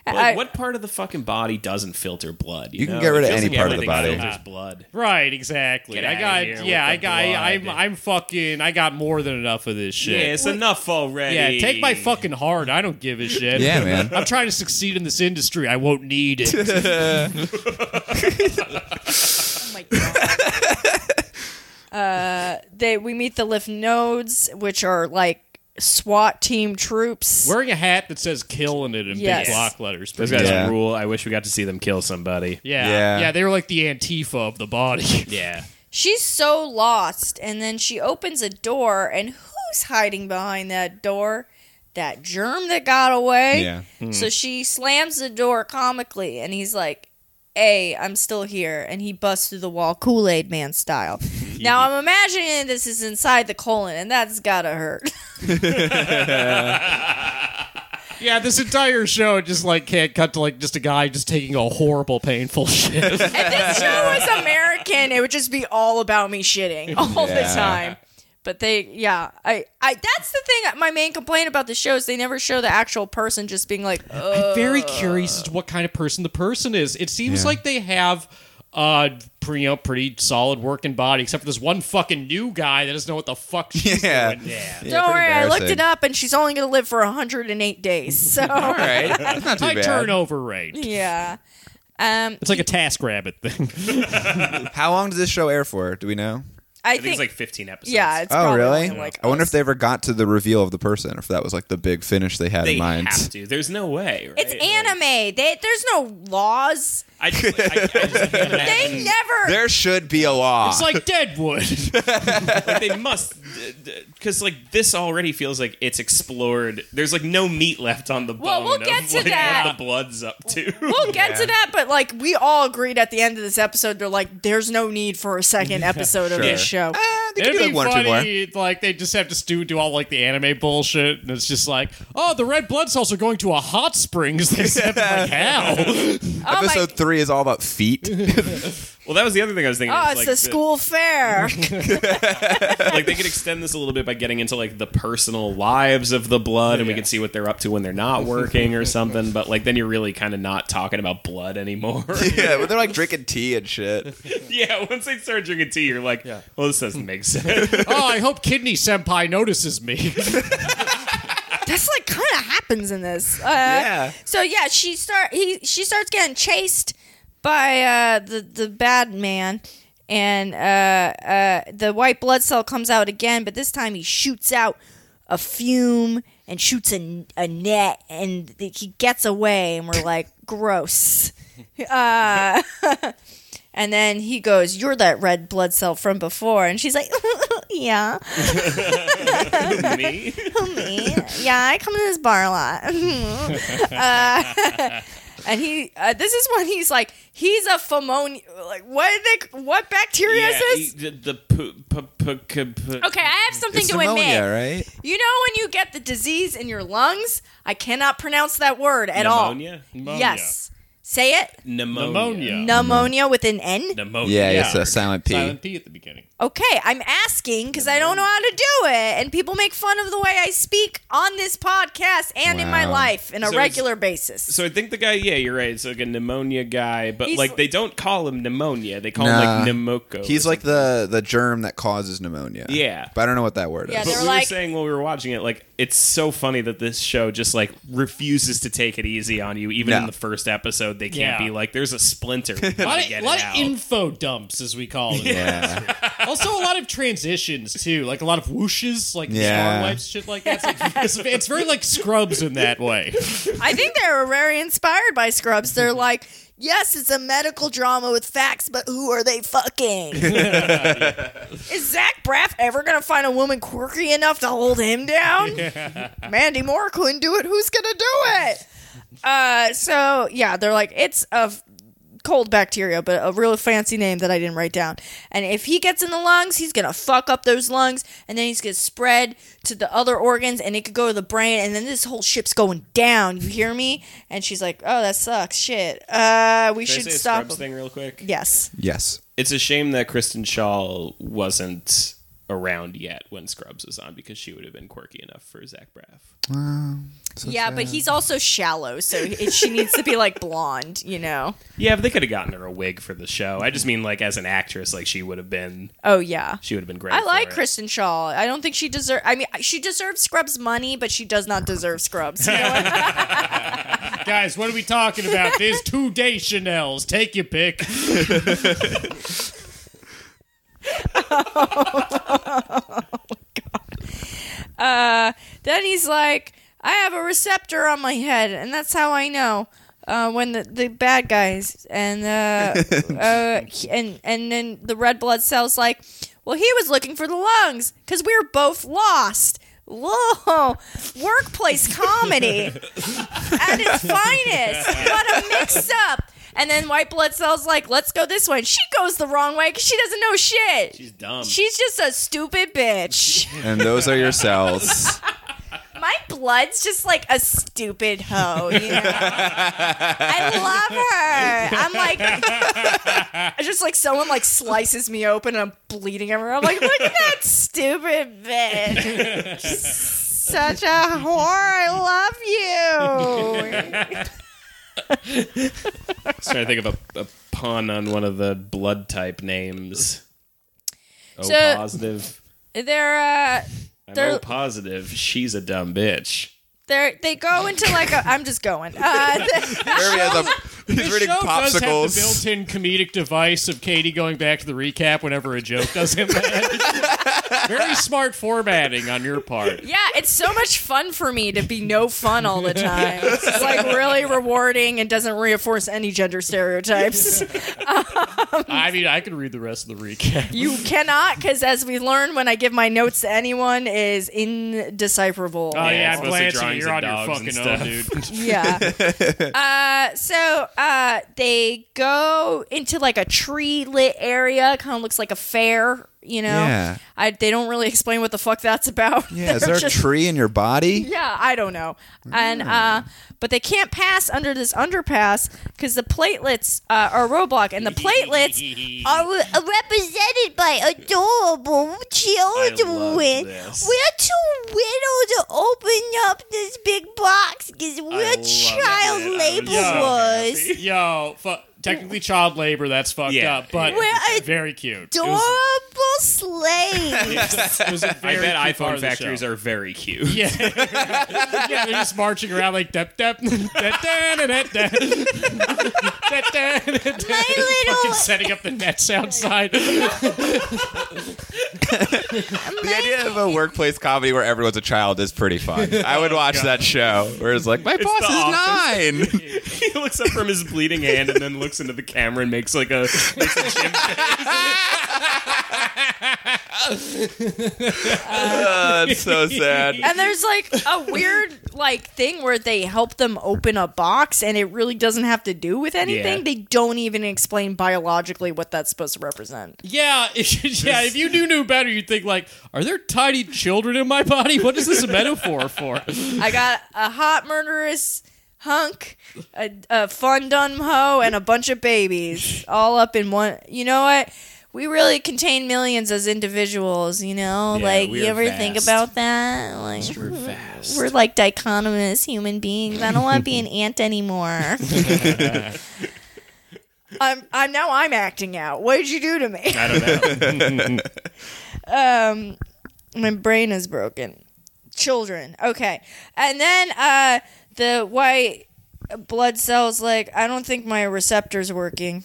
[SPEAKER 2] Like,
[SPEAKER 1] I-
[SPEAKER 2] what part of the fucking body doesn't filter blood? You,
[SPEAKER 4] You can
[SPEAKER 2] know?
[SPEAKER 4] get rid
[SPEAKER 2] It
[SPEAKER 4] of
[SPEAKER 2] feels
[SPEAKER 4] any
[SPEAKER 2] like
[SPEAKER 4] part of the
[SPEAKER 2] everything
[SPEAKER 4] body.
[SPEAKER 2] Filters blood.
[SPEAKER 3] Right, exactly.
[SPEAKER 2] Get
[SPEAKER 3] I
[SPEAKER 2] outta
[SPEAKER 3] got
[SPEAKER 2] here
[SPEAKER 3] yeah, I
[SPEAKER 2] with the
[SPEAKER 3] got I, am
[SPEAKER 2] blood.
[SPEAKER 3] I'm fucking I got more than enough of this
[SPEAKER 2] Yeah,
[SPEAKER 3] shit.
[SPEAKER 2] it's enough already.
[SPEAKER 3] Yeah, take my fucking heart. I don't give a shit.
[SPEAKER 4] Yeah, man.
[SPEAKER 3] I'm trying to succeed in this industry. I won't need it.
[SPEAKER 1] Oh my god. uh, they we meet the lymph nodes, which are like SWAT team troops.
[SPEAKER 3] Wearing a hat that says "kill" in it in
[SPEAKER 1] Yes.
[SPEAKER 3] big block letters.
[SPEAKER 2] Those
[SPEAKER 3] pretty
[SPEAKER 2] guys
[SPEAKER 4] Yeah.
[SPEAKER 2] rule. I wish we got to see them kill somebody.
[SPEAKER 3] Yeah.
[SPEAKER 4] Yeah.
[SPEAKER 3] yeah, They were like the Antifa of the body.
[SPEAKER 2] Yeah.
[SPEAKER 1] She's so lost, and then she opens a door, and who's hiding behind that door? That germ that got away.
[SPEAKER 4] Yeah.
[SPEAKER 1] So she slams the door comically, and he's like, Hey, I'm still here. And he busts through the wall, Kool Aid Man style. now, I'm imagining this is inside the colon, and that's gotta hurt.
[SPEAKER 3] yeah, this entire show just like can't cut to like just a guy just taking a horrible, painful shit.
[SPEAKER 1] if this show was American, it would just be all about me shitting all
[SPEAKER 4] Yeah.
[SPEAKER 1] the time. But they, yeah, I, I, that's the thing. My main complaint about the show is they never show the actual person just being like, "Oh, "Ugh."
[SPEAKER 3] I'm very curious as to what kind of person the person is. It seems like they have uh pretty, you know, pretty solid working body, except for this one fucking new guy that doesn't know what the fuck she's
[SPEAKER 4] Yeah.
[SPEAKER 3] doing. Yeah.
[SPEAKER 1] don't worry, I looked it
[SPEAKER 4] embarrassing.
[SPEAKER 1] up, and she's only going to live for 108 days. So,
[SPEAKER 4] All right, that's not too
[SPEAKER 3] High
[SPEAKER 4] bad.
[SPEAKER 3] turnover rate.
[SPEAKER 1] yeah. Um,
[SPEAKER 3] It's like a task rabbit thing.
[SPEAKER 4] How long does this show air for? Do we know?
[SPEAKER 1] I,
[SPEAKER 2] I think
[SPEAKER 1] think,
[SPEAKER 2] it's like 15 episodes.
[SPEAKER 1] yeah, it's
[SPEAKER 4] oh,
[SPEAKER 1] probably
[SPEAKER 4] really?
[SPEAKER 1] only, Like
[SPEAKER 4] I wonder
[SPEAKER 1] us.
[SPEAKER 4] if they ever got to the reveal of the person, or if that was like the big finish they had
[SPEAKER 2] They
[SPEAKER 4] in mind.
[SPEAKER 2] have to. There's no way. Right?
[SPEAKER 1] It's anime. They, there's no laws.
[SPEAKER 2] I just, I, I just can't
[SPEAKER 1] They
[SPEAKER 2] imagine.
[SPEAKER 1] never.
[SPEAKER 4] There should be a law.
[SPEAKER 3] It's like eh, Deadwood.
[SPEAKER 2] like, they must, because like this already feels like it's explored. There's like no meat left on the bone.
[SPEAKER 1] Well, we'll
[SPEAKER 2] of,
[SPEAKER 1] get to
[SPEAKER 2] like, what
[SPEAKER 1] that.
[SPEAKER 2] the blood's up to.
[SPEAKER 1] We'll get to that, but like we all agreed at the end of this episode, they're like, "There's no need for a second episode of this show."
[SPEAKER 4] Ah, they could
[SPEAKER 3] It'd
[SPEAKER 4] do
[SPEAKER 3] be
[SPEAKER 4] like one or two more.
[SPEAKER 3] funny, like they just have to stu- do all like the anime bullshit, and it's just like, oh, the red blood cells are going to a hot springs. This like, how?
[SPEAKER 1] oh my!
[SPEAKER 4] Episode three is all about feet.
[SPEAKER 2] Well, that was the other thing I was thinking.
[SPEAKER 1] oh,
[SPEAKER 2] is,
[SPEAKER 1] it's
[SPEAKER 2] like,
[SPEAKER 1] the school fair.
[SPEAKER 2] like they could extend this a little bit by getting into like the personal lives of the blood, and we could see what they're up to when they're not working or something. But like then you're really kind of not talking about blood anymore.
[SPEAKER 4] yeah, but they're like drinking tea and shit.
[SPEAKER 2] yeah, once they start drinking tea, you're like, well, this doesn't make sense.
[SPEAKER 3] oh, I hope Kidney Senpai notices me.
[SPEAKER 1] That's like kind of happens in this. Uh,
[SPEAKER 4] Yeah.
[SPEAKER 1] So yeah, she start he she starts getting chased by uh, the the bad man, and uh, uh, the white blood cell comes out again, but this time he shoots out a fume and shoots a, a net, and he gets away, and we're like, gross. Uh, And then he goes, "You're that red blood cell from before," and she's like, "Yeah."
[SPEAKER 2] Me?
[SPEAKER 1] me. Yeah, I come to this bar a lot. Uh, and he, uh, this is when he's like, he's a pheromone. Like, what? Did they, what bacteria
[SPEAKER 2] Yeah,
[SPEAKER 1] is this?
[SPEAKER 2] he- the, the poo, poo, poo, poo, poo.
[SPEAKER 1] Okay, I have something
[SPEAKER 4] It's
[SPEAKER 1] to admit.
[SPEAKER 4] pneumonia, right?
[SPEAKER 3] Oh,
[SPEAKER 1] You know when you get the disease in your lungs? I cannot pronounce that word at
[SPEAKER 2] pneumonia?
[SPEAKER 1] all. Yes, say it.
[SPEAKER 2] Pneumonia.
[SPEAKER 3] Pneumonia.
[SPEAKER 1] Pneumonia with an N.
[SPEAKER 2] Pneumonia.
[SPEAKER 4] Yeah,
[SPEAKER 3] Yeah.
[SPEAKER 4] it's a silent P.
[SPEAKER 3] Silent P at the beginning.
[SPEAKER 1] Okay, I'm asking because I don't know how to do it, and people make fun of the way I speak on this podcast and in my
[SPEAKER 4] Wow.
[SPEAKER 1] life in a
[SPEAKER 2] So it's-
[SPEAKER 1] regular basis.
[SPEAKER 2] So I think the guy, yeah, you're right. It's like a pneumonia guy, but
[SPEAKER 1] He's-
[SPEAKER 2] like they don't call him pneumonia. They call
[SPEAKER 4] Nah.
[SPEAKER 2] him like pneumoco.
[SPEAKER 4] He's like the the germ that causes pneumonia.
[SPEAKER 2] Yeah.
[SPEAKER 4] but I don't know what that word
[SPEAKER 1] Yeah,
[SPEAKER 4] is.
[SPEAKER 2] But
[SPEAKER 1] they're
[SPEAKER 2] we
[SPEAKER 1] like-
[SPEAKER 2] were saying while we were watching it, like it's so funny that this show just like refuses to take it easy on you. Even
[SPEAKER 4] No.
[SPEAKER 2] in the first episode, they can't
[SPEAKER 3] Yeah.
[SPEAKER 2] be like, "There's a splinter." We
[SPEAKER 3] A
[SPEAKER 2] gotta
[SPEAKER 3] lot,
[SPEAKER 2] get it
[SPEAKER 3] of, lot of
[SPEAKER 2] out."
[SPEAKER 3] info dumps, as we call them.
[SPEAKER 4] yeah,
[SPEAKER 3] also, a lot of transitions too, like a lot of whooshes, like
[SPEAKER 4] Yeah.
[SPEAKER 3] star wipes, shit like that. It's, like- it's- it's very like Scrubs in that way.
[SPEAKER 1] I think they were very inspired by Scrubs. They're like, yes, it's a medical drama with facts, but who are they fucking? Is Zach Braff ever going to find a woman quirky enough to hold him down? Mandy Moore couldn't do it. Who's going to do it? Uh, so, yeah, they're like, it's a f- cold bacteria, but a real fancy name that I didn't write down. And if he gets in the lungs, he's gonna fuck up those lungs, and then he's gonna spread to the other organs, and it could go to the brain, and then this whole ship's going down. You hear me? And she's like, "Oh, that sucks. Shit. Uh, we
[SPEAKER 2] Can I
[SPEAKER 1] should
[SPEAKER 2] say a
[SPEAKER 1] stop."
[SPEAKER 2] Scrubs thing real quick.
[SPEAKER 1] Yes.
[SPEAKER 4] yes.
[SPEAKER 2] It's a shame that Kristen Shaw wasn't around yet when Scrubs was on because she would have been quirky enough for Zach Braff.
[SPEAKER 1] yeah, but he's also shallow, so it, she needs to be like blonde, you know?
[SPEAKER 2] Yeah, but they could have gotten her a wig for the show. I just mean like as an actress, like she would have been.
[SPEAKER 1] Oh yeah.
[SPEAKER 2] She would have been great.
[SPEAKER 1] I
[SPEAKER 2] for
[SPEAKER 1] like
[SPEAKER 2] it.
[SPEAKER 1] Kristen Shaw. I don't think she deserves. I mean, she deserves Scrubs money, but she does not deserve Scrubs. You know what?
[SPEAKER 3] Guys, what are we talking about? There's two day Chanel's. Take your pick.
[SPEAKER 1] then Then he's like, I have a receptor on my head, and that's how I know uh, when the, the bad guys and uh, uh, he- and and then the red blood cells like, well, he was looking for the lungs because we were both lost. Whoa, workplace comedy at its finest. What a mix up. And then white blood cells like, let's go this way. And she goes the wrong way because she doesn't know shit.
[SPEAKER 2] She's dumb.
[SPEAKER 1] She's just a stupid bitch.
[SPEAKER 4] And those are your cells.
[SPEAKER 1] My blood's just like a stupid hoe, you know. I love her. I'm like, it's just like someone like slices me open and I'm bleeding everywhere. I'm like, look at that stupid bitch. Such a whore. I love you.
[SPEAKER 2] I was trying to think of a, a pun on one of the blood type names. Oh,
[SPEAKER 1] So-
[SPEAKER 2] positive.
[SPEAKER 1] They're uh,
[SPEAKER 2] I'm
[SPEAKER 1] They're-
[SPEAKER 2] O positive. She's a dumb bitch.
[SPEAKER 1] they're they go into like a. I'm just going. Uh,
[SPEAKER 4] Jeremy has a, he's
[SPEAKER 3] This
[SPEAKER 4] reading
[SPEAKER 3] show does have the
[SPEAKER 4] popsicles.
[SPEAKER 3] built-in comedic device of Katie going back to the recap whenever a joke doesn't land. Very smart formatting on your part.
[SPEAKER 1] Yeah, it's so much fun for me to be no fun all the time. It's like really rewarding and doesn't reinforce any gender stereotypes.
[SPEAKER 3] I mean, I could read the rest of the recap.
[SPEAKER 1] You cannot, because as we learned when I give my notes to anyone, is indecipherable.
[SPEAKER 4] Ah.
[SPEAKER 3] Oh yeah,
[SPEAKER 2] Yeah, it's
[SPEAKER 3] I'm
[SPEAKER 2] mostly
[SPEAKER 3] glad you-
[SPEAKER 2] drawings
[SPEAKER 3] you're
[SPEAKER 2] of
[SPEAKER 3] on your
[SPEAKER 2] dogs and
[SPEAKER 3] fucking own, dude.
[SPEAKER 1] yeah. Uh, so uh, they go into like a tree lit area. Kind of looks like a fair, you know.
[SPEAKER 4] Yeah.
[SPEAKER 1] I, they don't really explain what the fuck that's about.
[SPEAKER 4] Yeah, is
[SPEAKER 1] They're
[SPEAKER 4] there a
[SPEAKER 1] just-
[SPEAKER 4] tree in your body?
[SPEAKER 1] Yeah, I don't know. And uh,
[SPEAKER 4] Hmm.
[SPEAKER 1] but they can't pass under this underpass because the platelets uh, are roadblock, and the platelets are re- are represented by adorable children.
[SPEAKER 2] this.
[SPEAKER 1] We're too little to open up this big box because we're
[SPEAKER 2] love
[SPEAKER 1] child
[SPEAKER 2] it. I'm
[SPEAKER 1] labor
[SPEAKER 2] so
[SPEAKER 1] was.
[SPEAKER 3] Yo, fu- technically child labor. That's fucked
[SPEAKER 2] Yeah.
[SPEAKER 3] up, but
[SPEAKER 1] Well, I-
[SPEAKER 3] very cute. It
[SPEAKER 1] Adorable
[SPEAKER 3] was,
[SPEAKER 1] slaves.
[SPEAKER 3] it was a very
[SPEAKER 2] I bet
[SPEAKER 3] cute part
[SPEAKER 2] iPhone
[SPEAKER 3] of the
[SPEAKER 2] factories
[SPEAKER 3] show.
[SPEAKER 2] are very cute.
[SPEAKER 3] Yeah. yeah, they're just marching around like dep dep dep dep dep
[SPEAKER 1] My
[SPEAKER 3] fucking
[SPEAKER 1] little
[SPEAKER 3] setting up the nets outside.
[SPEAKER 4] The idea of a workplace comedy where everyone's a child is pretty fun. I would
[SPEAKER 3] Oh,
[SPEAKER 4] watch that show where it's like, my boss
[SPEAKER 2] The
[SPEAKER 4] is
[SPEAKER 2] Office.
[SPEAKER 4] nine.
[SPEAKER 2] he looks up from his bleeding hand and then looks into the camera and makes like a makes a gym
[SPEAKER 4] Uh, That's so sad.
[SPEAKER 1] and there's like a weird like thing where they help them open a box and it really doesn't have to do with anything
[SPEAKER 2] Yeah.
[SPEAKER 1] they don't even explain biologically what that's supposed to represent
[SPEAKER 3] Yeah, if, yeah. If you knew knew better, you'd think like, "Are there tiny children in my body? What is this a metaphor for?"
[SPEAKER 1] i got a hot murderous hunk a, a fun dumb hoe and a bunch of babies all up in one you know what we really contain millions as individuals you know
[SPEAKER 2] Yeah,
[SPEAKER 1] like
[SPEAKER 2] we
[SPEAKER 1] you
[SPEAKER 2] are
[SPEAKER 1] ever think
[SPEAKER 2] vast.
[SPEAKER 1] about that like
[SPEAKER 2] fast.
[SPEAKER 1] we're like dichotomous human beings. I don't want to be an ant anymore. I'm, I'm now I'm acting out. What did you do to me?
[SPEAKER 2] I don't know.
[SPEAKER 1] Um, my brain is broken. Children, okay, and then uh, the white blood cells like I don't think my receptor's working.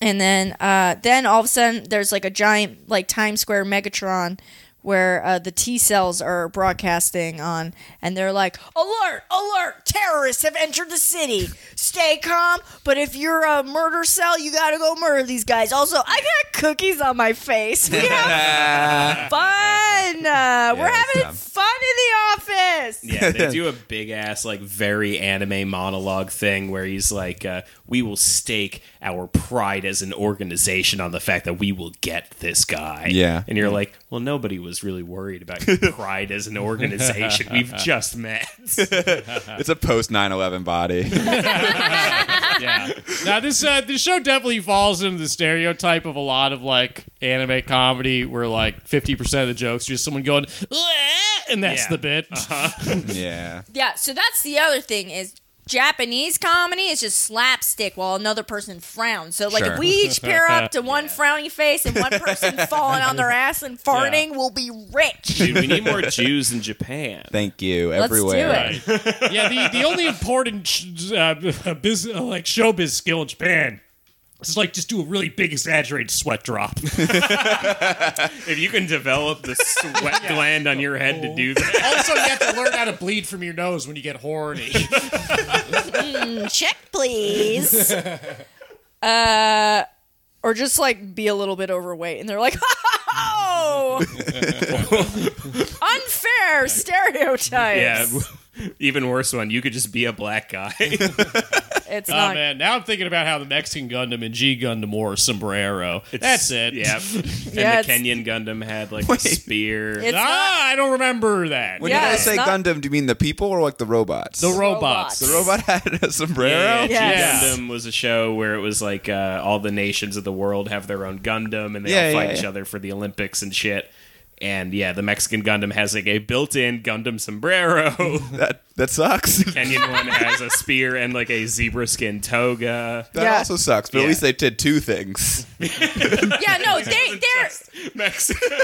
[SPEAKER 1] And then, uh, then all of a sudden, there's like a giant, like Times Square Megatron, where uh, the T cells are broadcasting on, and they're like, "Alert! Alert! Terrorists have entered the city. Stay calm. But if you're a murder cell, you gotta go murder these guys. Also, I got cookies on my face. We have fun. Uh, we're
[SPEAKER 4] it's
[SPEAKER 1] having
[SPEAKER 4] time.
[SPEAKER 1] fun in the office.
[SPEAKER 2] Yeah, they do a big ass like very anime monologue thing where he's like, uh, "We will stake our pride as an organization on the fact that we will get this guy."
[SPEAKER 4] Yeah.
[SPEAKER 2] and you're like, "Well, nobody was really worried about your pride as an organization. We've just met."
[SPEAKER 4] It's a post 9 11 body.
[SPEAKER 3] Yeah. Now this uh, this show definitely falls into the stereotype of a lot of like anime comedy, where like fifty percent of the jokes are just someone going, "Ah," and that's
[SPEAKER 2] Yeah. Uh-huh.
[SPEAKER 3] the bit.
[SPEAKER 4] Yeah.
[SPEAKER 1] Yeah, so that's the other thing is Japanese comedy is just slapstick while another person frowns. So like
[SPEAKER 4] Sure.
[SPEAKER 1] if we each pair up to one frowny face and one person falling on their ass and farting, we'll be rich.
[SPEAKER 2] Dude, we need more Jews in Japan.
[SPEAKER 4] Thank you.
[SPEAKER 1] Let's do
[SPEAKER 4] Everywhere.
[SPEAKER 1] it.
[SPEAKER 3] uh, yeah. The the only important sh- uh, business like showbiz skill in Japan It's like just do a really big exaggerated sweat drop.
[SPEAKER 2] If you can develop the sweat gland on your head to do that,
[SPEAKER 3] also, you have to learn how to bleed from your nose when you get horny.
[SPEAKER 1] Check, please. uh, or just like be a little bit overweight, and they're like, oh, unfair stereotypes.
[SPEAKER 2] yeah. Even worse one, you could just be a black guy.
[SPEAKER 1] It's
[SPEAKER 3] Oh
[SPEAKER 1] not.
[SPEAKER 3] man, now I'm thinking about how the Mexican Gundam and G Gundam wore a sombrero. That's it.
[SPEAKER 2] Yeah.
[SPEAKER 1] Yeah,
[SPEAKER 2] and the
[SPEAKER 1] it's-
[SPEAKER 2] Kenyan Gundam had like
[SPEAKER 4] Wait.
[SPEAKER 2] a spear.
[SPEAKER 1] It's not-
[SPEAKER 3] ah, I don't remember that.
[SPEAKER 4] When
[SPEAKER 1] Yeah,
[SPEAKER 4] you guys
[SPEAKER 1] it's
[SPEAKER 4] say
[SPEAKER 1] not-
[SPEAKER 4] Gundam, do you mean the people or like the robots?
[SPEAKER 3] the
[SPEAKER 1] robots.
[SPEAKER 3] robots.
[SPEAKER 4] The robot had a sombrero.
[SPEAKER 2] Yeah,
[SPEAKER 1] Yes.
[SPEAKER 2] G Gundam was a show where it was like uh, all the nations of the world have their own Gundam and they
[SPEAKER 4] Yeah,
[SPEAKER 2] all fight
[SPEAKER 4] yeah,
[SPEAKER 2] each
[SPEAKER 4] yeah.
[SPEAKER 2] other for the Olympics and shit. And yeah, the Mexican Gundam has like a built-in Gundam sombrero.
[SPEAKER 4] That that sucks.
[SPEAKER 2] Kenyan one has a spear and like a zebra skin toga.
[SPEAKER 4] that
[SPEAKER 1] Yeah.
[SPEAKER 4] also sucks. But
[SPEAKER 2] Yeah.
[SPEAKER 4] at least they did two things.
[SPEAKER 1] yeah, no, they they're
[SPEAKER 2] Mexico.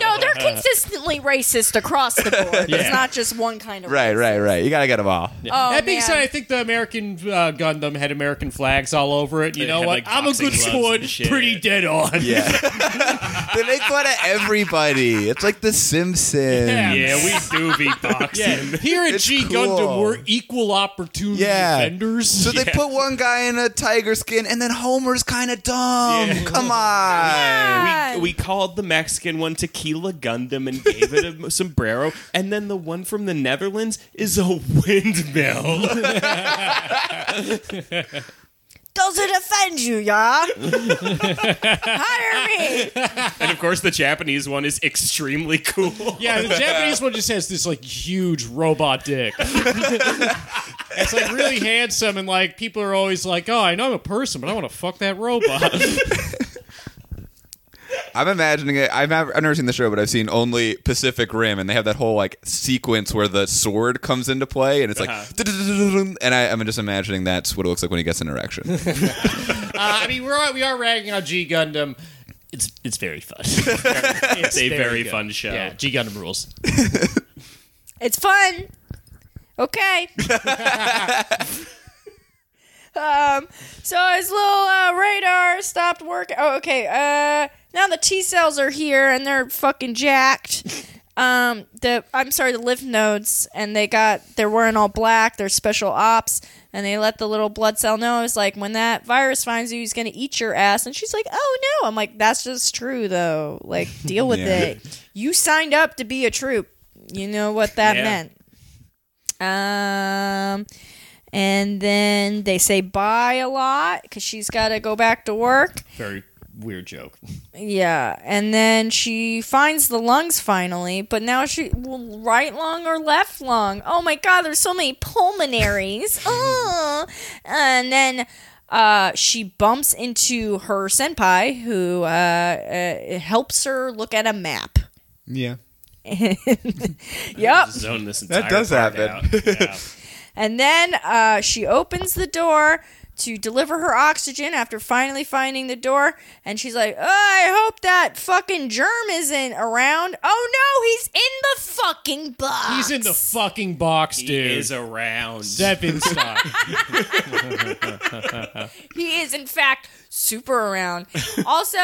[SPEAKER 1] no, they're consistently racist across the board. It's not just one kind of
[SPEAKER 4] Right,
[SPEAKER 1] race.
[SPEAKER 4] right, right. You gotta get them all.
[SPEAKER 1] Oh,
[SPEAKER 3] that being
[SPEAKER 1] man.
[SPEAKER 3] said, I think the American uh, Gundam had American flags all over it. You
[SPEAKER 2] They
[SPEAKER 3] know
[SPEAKER 2] had,
[SPEAKER 3] what?
[SPEAKER 2] like,
[SPEAKER 3] I'm a
[SPEAKER 2] boxing
[SPEAKER 3] good
[SPEAKER 2] gloves
[SPEAKER 3] sport,
[SPEAKER 2] and shit.
[SPEAKER 3] pretty dead on.
[SPEAKER 4] Yeah. they make fun of everybody. It's like The Simpsons.
[SPEAKER 3] Yeah.
[SPEAKER 2] Yeah, we do be
[SPEAKER 3] Yeah,
[SPEAKER 2] boxing.
[SPEAKER 3] here at
[SPEAKER 4] It's
[SPEAKER 3] G
[SPEAKER 4] cool.
[SPEAKER 3] Gundam, we're equal opportunity
[SPEAKER 4] Yeah.
[SPEAKER 3] offenders.
[SPEAKER 4] So they put one guy in a tiger skin, and then Homer's kind of dumb. Come on.
[SPEAKER 2] We, we called the Mexican one Tequila Gundam and gave it a sombrero, and then the one from the Netherlands is a windmill.
[SPEAKER 1] does it offend you, ya? Hire me.
[SPEAKER 2] And of course, the Japanese one is extremely cool.
[SPEAKER 3] yeah, the Japanese one just has this like huge robot dick. it's like really handsome, and like people are always like, "Oh, I know I'm a person, but I want to fuck that robot."
[SPEAKER 4] I'm imagining it. I've never, I've never seen the show, but I've seen only Pacific Rim, and they have that whole like sequence where the sword comes into play, and it's like,
[SPEAKER 1] Uh-huh.
[SPEAKER 4] and I, I'm just imagining that's what it looks like when he gets an erection.
[SPEAKER 3] Uh, I mean, we're we are ragging on G Gundam. It's it's very fun. it's
[SPEAKER 2] a very fun show.
[SPEAKER 3] Yeah, G Gundam rules.
[SPEAKER 1] It's fun. Okay. um, so his little uh, radar stopped working. Oh, okay. Uh, now the T cells are here and they're fucking jacked. Um, the I'm sorry, the lymph nodes, and they got they're wearing all black. They're special ops, and they let the little blood cell know. It's like when that virus finds you, he's gonna eat your ass. And she's like, "Oh no!" I'm like, "That's just true, though. Like, deal with
[SPEAKER 4] Yeah.
[SPEAKER 1] it. You signed up to be a troop. You know what that
[SPEAKER 2] Yeah.
[SPEAKER 1] meant." Um, and then they say bye a lot because she's got to go back to work.
[SPEAKER 3] Very weird joke.
[SPEAKER 1] Yeah, and then she finds the lungs finally, but now she well, right lung or left lung? Oh my god, there's so many pulmonaries. oh, and then uh, she bumps into her senpai who uh, uh, helps her look at a map.
[SPEAKER 4] yeah.
[SPEAKER 1] Yep.
[SPEAKER 2] Zone this entire
[SPEAKER 4] does
[SPEAKER 2] part
[SPEAKER 4] happen.
[SPEAKER 2] out. Yeah.
[SPEAKER 1] And then uh, she opens the door to deliver her oxygen after finally finding the door. And she's like, oh, I hope that fucking germ isn't around. Oh no, he's in the fucking box.
[SPEAKER 3] He's in the fucking box,
[SPEAKER 2] He
[SPEAKER 3] dude.
[SPEAKER 2] is around.
[SPEAKER 3] Seven stock.
[SPEAKER 1] he is, in fact, super around. also,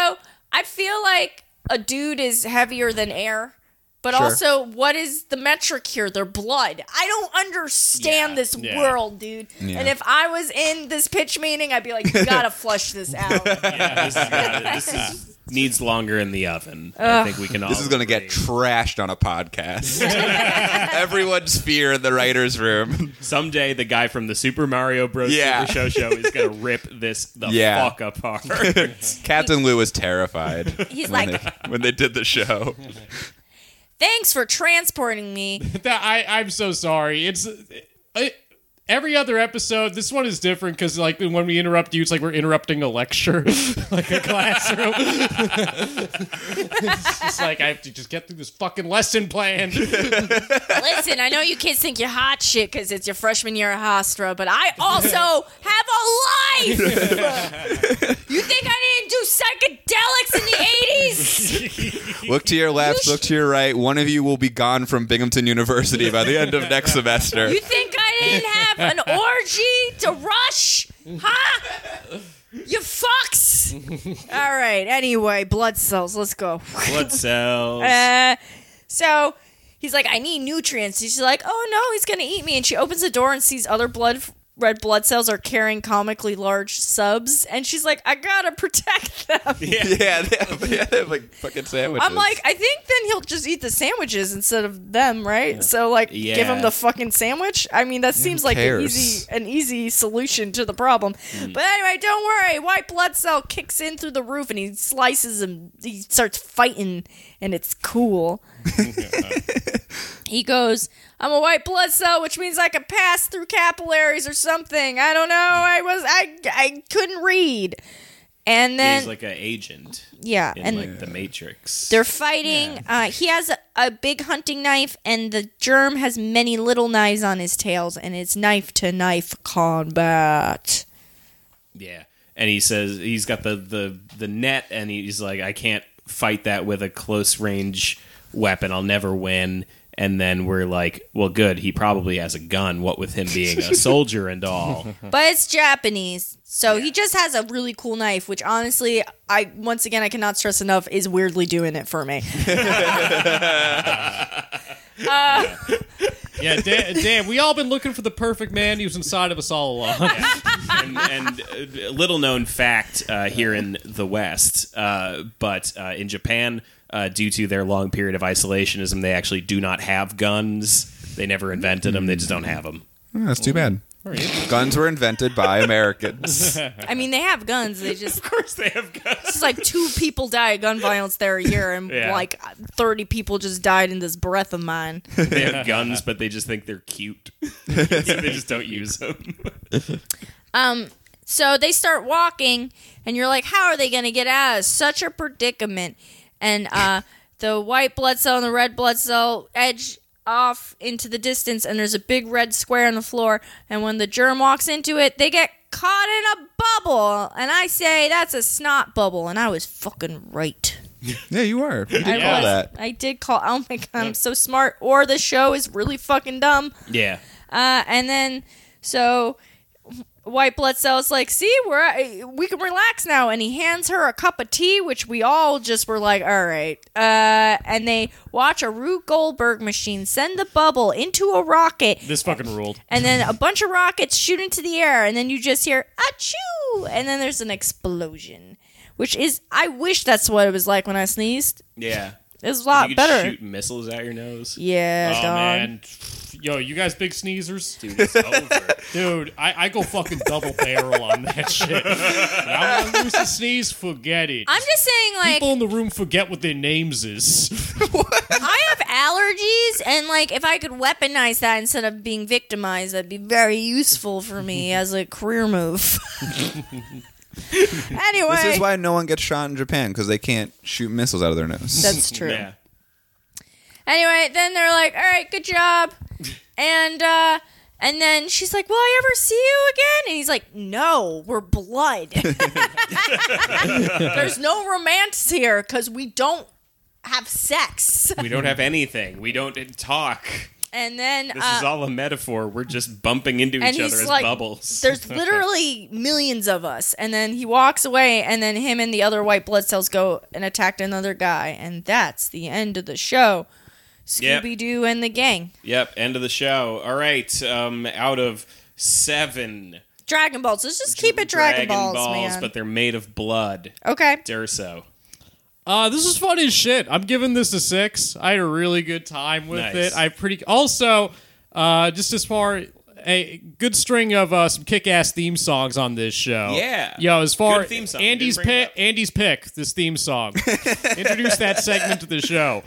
[SPEAKER 1] I feel like a dude is heavier than air. But
[SPEAKER 4] Sure.
[SPEAKER 1] also, what is the metric here? Their blood. I don't understand
[SPEAKER 2] Yeah,
[SPEAKER 1] this
[SPEAKER 3] yeah.
[SPEAKER 1] world, dude. And if I was in this pitch meeting, I'd be like, you gotta flush this out.
[SPEAKER 2] Yeah, this, is not- this is- needs longer in the oven. I think we can all.
[SPEAKER 4] This is going to get
[SPEAKER 2] agree.
[SPEAKER 4] trashed on a podcast. Everyone's fear in the writer's room.
[SPEAKER 2] someday. The guy from the Super Mario Bros.
[SPEAKER 4] Yeah.
[SPEAKER 2] Super Show Show is going to rip this the
[SPEAKER 4] Yeah.
[SPEAKER 2] fuck apart.
[SPEAKER 4] Captain Lou was terrified
[SPEAKER 1] He's
[SPEAKER 4] when,
[SPEAKER 1] like,
[SPEAKER 4] they, when they did the show.
[SPEAKER 1] thanks for transporting me.
[SPEAKER 3] That- I, I'm so sorry. It's I, every other episode. This one is different because, like, when we interrupt you, it's like we're interrupting a lecture, like a classroom. it's just like I have to just get through this fucking lesson plan.
[SPEAKER 1] Listen, I know you kids think you're hot shit because it's your freshman year at Hofstra, but I also have a life. you think I didn't do psychedelics in the 80s?
[SPEAKER 4] Look to your left, look to your right. One of you will be gone from Binghamton University by the end of next semester.
[SPEAKER 1] You think I didn't have an orgy to rush? Huh? You fucks! All right. Anyway, blood cells. Let's go.
[SPEAKER 2] Blood cells.
[SPEAKER 1] Uh, so he's like, I need nutrients. She's like, oh no, he's going to eat me. And she opens the door and sees other blood. Red blood cells are carrying comically large subs, and she's like, "I gotta protect them."
[SPEAKER 4] Yeah, they have, yeah, they have like fucking sandwiches.
[SPEAKER 1] I'm like, I think then he'll just eat the sandwiches instead of them, right? So like, give him
[SPEAKER 2] Yeah.
[SPEAKER 1] the fucking sandwich. I mean, that seems like an
[SPEAKER 4] cares?
[SPEAKER 1] easy an easy solution to the problem.
[SPEAKER 2] Mm.
[SPEAKER 1] But anyway, don't worry. White blood cell kicks in through the roof and he slices him. He starts fighting, and it's cool. he goes, "I'm a white blood cell, which means I could pass through capillaries or something. I don't know. I was I I couldn't read." And then,
[SPEAKER 2] He's like an agent
[SPEAKER 1] yeah,
[SPEAKER 2] in
[SPEAKER 1] and
[SPEAKER 2] like the Matrix.
[SPEAKER 1] they're fighting. Uh, he has a, a big hunting knife, and the germ has many little knives on his tails, and it's knife to knife combat.
[SPEAKER 2] yeah, and he says he's got the the the net, and he's like, I can't fight that with a close range weapon. I'll never win. And then we're like, well, good. He probably has a gun. What with him being a soldier and all.
[SPEAKER 1] But it's Japanese, so he just has a really cool knife, which honestly, I once again I cannot stress enough is weirdly doing it for me.
[SPEAKER 3] Yeah, da- damn. We all been looking for the perfect man who's inside of us all along.
[SPEAKER 2] and, and uh, little known fact uh, here in the West, uh, but uh, in Japan, uh, due to their long period of isolationism, they actually do not have guns. They never invented them; they just don't have them.
[SPEAKER 4] Oh, that's too bad. Guns were invented by Americans.
[SPEAKER 1] I mean, they have guns; they just
[SPEAKER 2] Of course, they have guns.
[SPEAKER 1] It's like two people die of gun violence there a year, and
[SPEAKER 2] Yeah.
[SPEAKER 1] like 30 people just died in this breath of mine.
[SPEAKER 2] They have guns, but they just think they're cute. so they just don't use them.
[SPEAKER 1] So they start walking, and you're like, how are they going to get out of such a predicament? And uh, the white blood cell and the red blood cell edge off into the distance, and there's a big red square on the floor. And when the germ walks into it, they get caught in a bubble. And I say, that's a snot bubble. And I was fucking right.
[SPEAKER 4] yeah, you are. You did
[SPEAKER 1] I
[SPEAKER 4] call
[SPEAKER 1] was-
[SPEAKER 4] that.
[SPEAKER 1] I did call. Oh my god, I'm so smart. Or the show is really fucking dumb.
[SPEAKER 2] Yeah,
[SPEAKER 1] Uh, and then so white blood cells like, see, we're uh, we can relax now. And he hands her a cup of tea, which we all just were like, all right. Uh, and they watch a Rube Goldberg machine send the bubble into a rocket,
[SPEAKER 3] this fucking ruled.
[SPEAKER 1] and then a bunch of rockets shoot into the air, and then you just hear achoo, and then there's an explosion. Which is, I wish that's what it was like when I sneezed.
[SPEAKER 2] yeah.
[SPEAKER 1] It was a lot
[SPEAKER 2] you could
[SPEAKER 1] Uh, better.
[SPEAKER 2] shoot missiles out your nose.
[SPEAKER 1] Yeah,
[SPEAKER 3] Oh
[SPEAKER 1] dog.
[SPEAKER 3] man, yo, you guys big sneezers, dude.
[SPEAKER 2] It's over.
[SPEAKER 3] I, I go fucking double barrel on that shit. I'm gonna lose the sneeze. Forget it.
[SPEAKER 1] I'm just saying, like,
[SPEAKER 3] People in the room forget what their names is.
[SPEAKER 1] I have allergies, and like, if I could weaponize that instead of being victimized, that'd be very useful for me as a career move. anyway,
[SPEAKER 4] This is why no one gets shot in Japan because they can't shoot missiles out of their nose.
[SPEAKER 1] that's true.
[SPEAKER 2] Yeah.
[SPEAKER 1] Anyway, then they're like, "All right, good job," and uh, and then she's like, "Will I ever see you again?" And he's like, "No, we're blood. There's no romance here because we don't have sex."
[SPEAKER 2] We don't have anything. We don't talk.
[SPEAKER 1] And then
[SPEAKER 2] This
[SPEAKER 1] uh,
[SPEAKER 2] is all a metaphor. We're just bumping into each
[SPEAKER 1] and
[SPEAKER 2] other
[SPEAKER 1] he's
[SPEAKER 2] as
[SPEAKER 1] like,
[SPEAKER 2] bubbles.
[SPEAKER 1] There's literally millions of us. And then he walks away, and then him and the other white blood cells go and attack another guy. And that's the end of the show.
[SPEAKER 2] Yep.
[SPEAKER 1] Scooby Doo and the gang.
[SPEAKER 2] Yep, end of the show. All right, um, out of seven
[SPEAKER 1] Dragon Balls. Let's just keep it Dragon, Balls, man.
[SPEAKER 2] but they're made of blood.
[SPEAKER 1] okay.
[SPEAKER 2] Derso.
[SPEAKER 3] Uh, this is funny as shit. I'm giving this a six. I had a really good time with
[SPEAKER 2] Nice.
[SPEAKER 3] it. I pretty also uh, just as far a good string of uh, some kick-ass theme songs on this show.
[SPEAKER 2] Yeah.
[SPEAKER 3] yo. As far
[SPEAKER 2] Good theme song. You
[SPEAKER 3] Andy's
[SPEAKER 2] didn't bring it
[SPEAKER 3] pick,
[SPEAKER 2] up.
[SPEAKER 3] Andy's pick. This theme song. Introduce that segment to the show.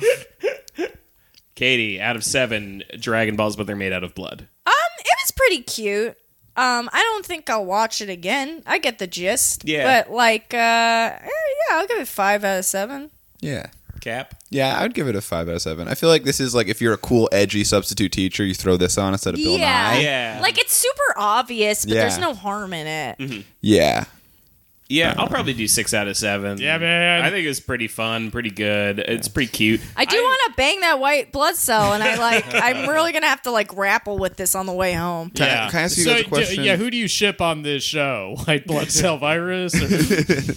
[SPEAKER 2] Katie, out of seven Dragon Balls, but they're made out of blood.
[SPEAKER 1] Um, it was pretty cute. Um, I don't think I'll watch it again. I get the gist.
[SPEAKER 2] Yeah.
[SPEAKER 1] But like, uh, eh, yeah, I'll give it five out of seven.
[SPEAKER 4] Yeah.
[SPEAKER 2] Cap?
[SPEAKER 4] Yeah, I would give it a five out of seven. I feel like this is like if you're a cool, edgy substitute teacher, you throw this on instead of Bill
[SPEAKER 1] yeah.
[SPEAKER 4] Nye.
[SPEAKER 2] Yeah.
[SPEAKER 1] Like it's super obvious, but
[SPEAKER 4] Yeah.
[SPEAKER 1] there's no harm in it.
[SPEAKER 4] Yeah.
[SPEAKER 2] Yeah, I'll probably do six out of seven.
[SPEAKER 3] Yeah, man.
[SPEAKER 2] I think it's pretty fun, pretty good. It's pretty cute.
[SPEAKER 1] I do want to bang that white blood cell, and I like. I'm really gonna have to like grapple with this on the way home.
[SPEAKER 4] Can, I, can I ask you
[SPEAKER 3] so,
[SPEAKER 4] guys a
[SPEAKER 3] d-
[SPEAKER 4] question?
[SPEAKER 3] yeah, who do you ship on this show? White blood cell virus? Or,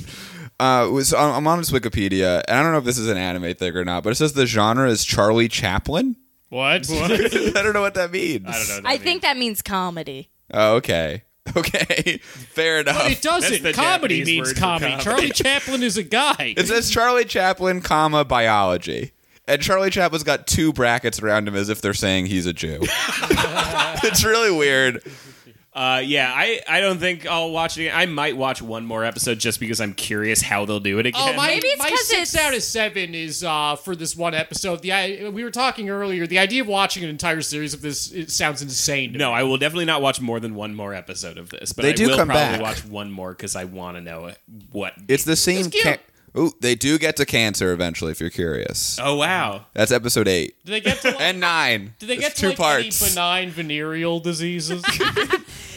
[SPEAKER 4] Uh, was- I'm I'm on this Wikipedia, and I don't know if this is an anime thing or not, but it says the genre is Charlie Chaplin.
[SPEAKER 3] what?
[SPEAKER 4] I don't know what that means.
[SPEAKER 2] I don't know. what that
[SPEAKER 1] I think that means comedy.
[SPEAKER 4] Oh, okay. Okay. Fair enough.
[SPEAKER 3] It doesn't.
[SPEAKER 2] the
[SPEAKER 3] comedy
[SPEAKER 2] Japanese
[SPEAKER 3] means
[SPEAKER 2] word for
[SPEAKER 3] comedy.
[SPEAKER 2] comedy.
[SPEAKER 3] Charlie Chaplin is a guy.
[SPEAKER 4] It says Charlie Chaplin, comma biology. And Charlie Chaplin's got two brackets around him as if they're saying he's a Jew. it's really weird.
[SPEAKER 2] Uh, yeah, I, I don't think I'll watch it. Again. I might watch one more episode just because I'm curious how they'll do it again.
[SPEAKER 3] Oh, my,
[SPEAKER 1] Maybe it's
[SPEAKER 3] my
[SPEAKER 1] 'cause
[SPEAKER 3] six
[SPEAKER 1] it's-
[SPEAKER 3] out of seven is uh, for this one episode. The I, we were talking earlier. The idea of watching an entire series of this it sounds insane. To
[SPEAKER 2] No, I will definitely not watch more than one more episode of this, but
[SPEAKER 4] They
[SPEAKER 2] I
[SPEAKER 4] do
[SPEAKER 2] will
[SPEAKER 4] come
[SPEAKER 2] probably
[SPEAKER 4] back.
[SPEAKER 2] watch one more because I want to know what.
[SPEAKER 4] It's the same.
[SPEAKER 3] cute.
[SPEAKER 4] Ca- Ooh, they do get to cancer eventually. If you're curious,
[SPEAKER 2] oh wow!
[SPEAKER 4] that's episode eight
[SPEAKER 3] Do they get to like,
[SPEAKER 4] and nine.
[SPEAKER 3] do they
[SPEAKER 4] It's
[SPEAKER 3] get to
[SPEAKER 4] two
[SPEAKER 3] like, any
[SPEAKER 4] parts?
[SPEAKER 3] benign venereal diseases?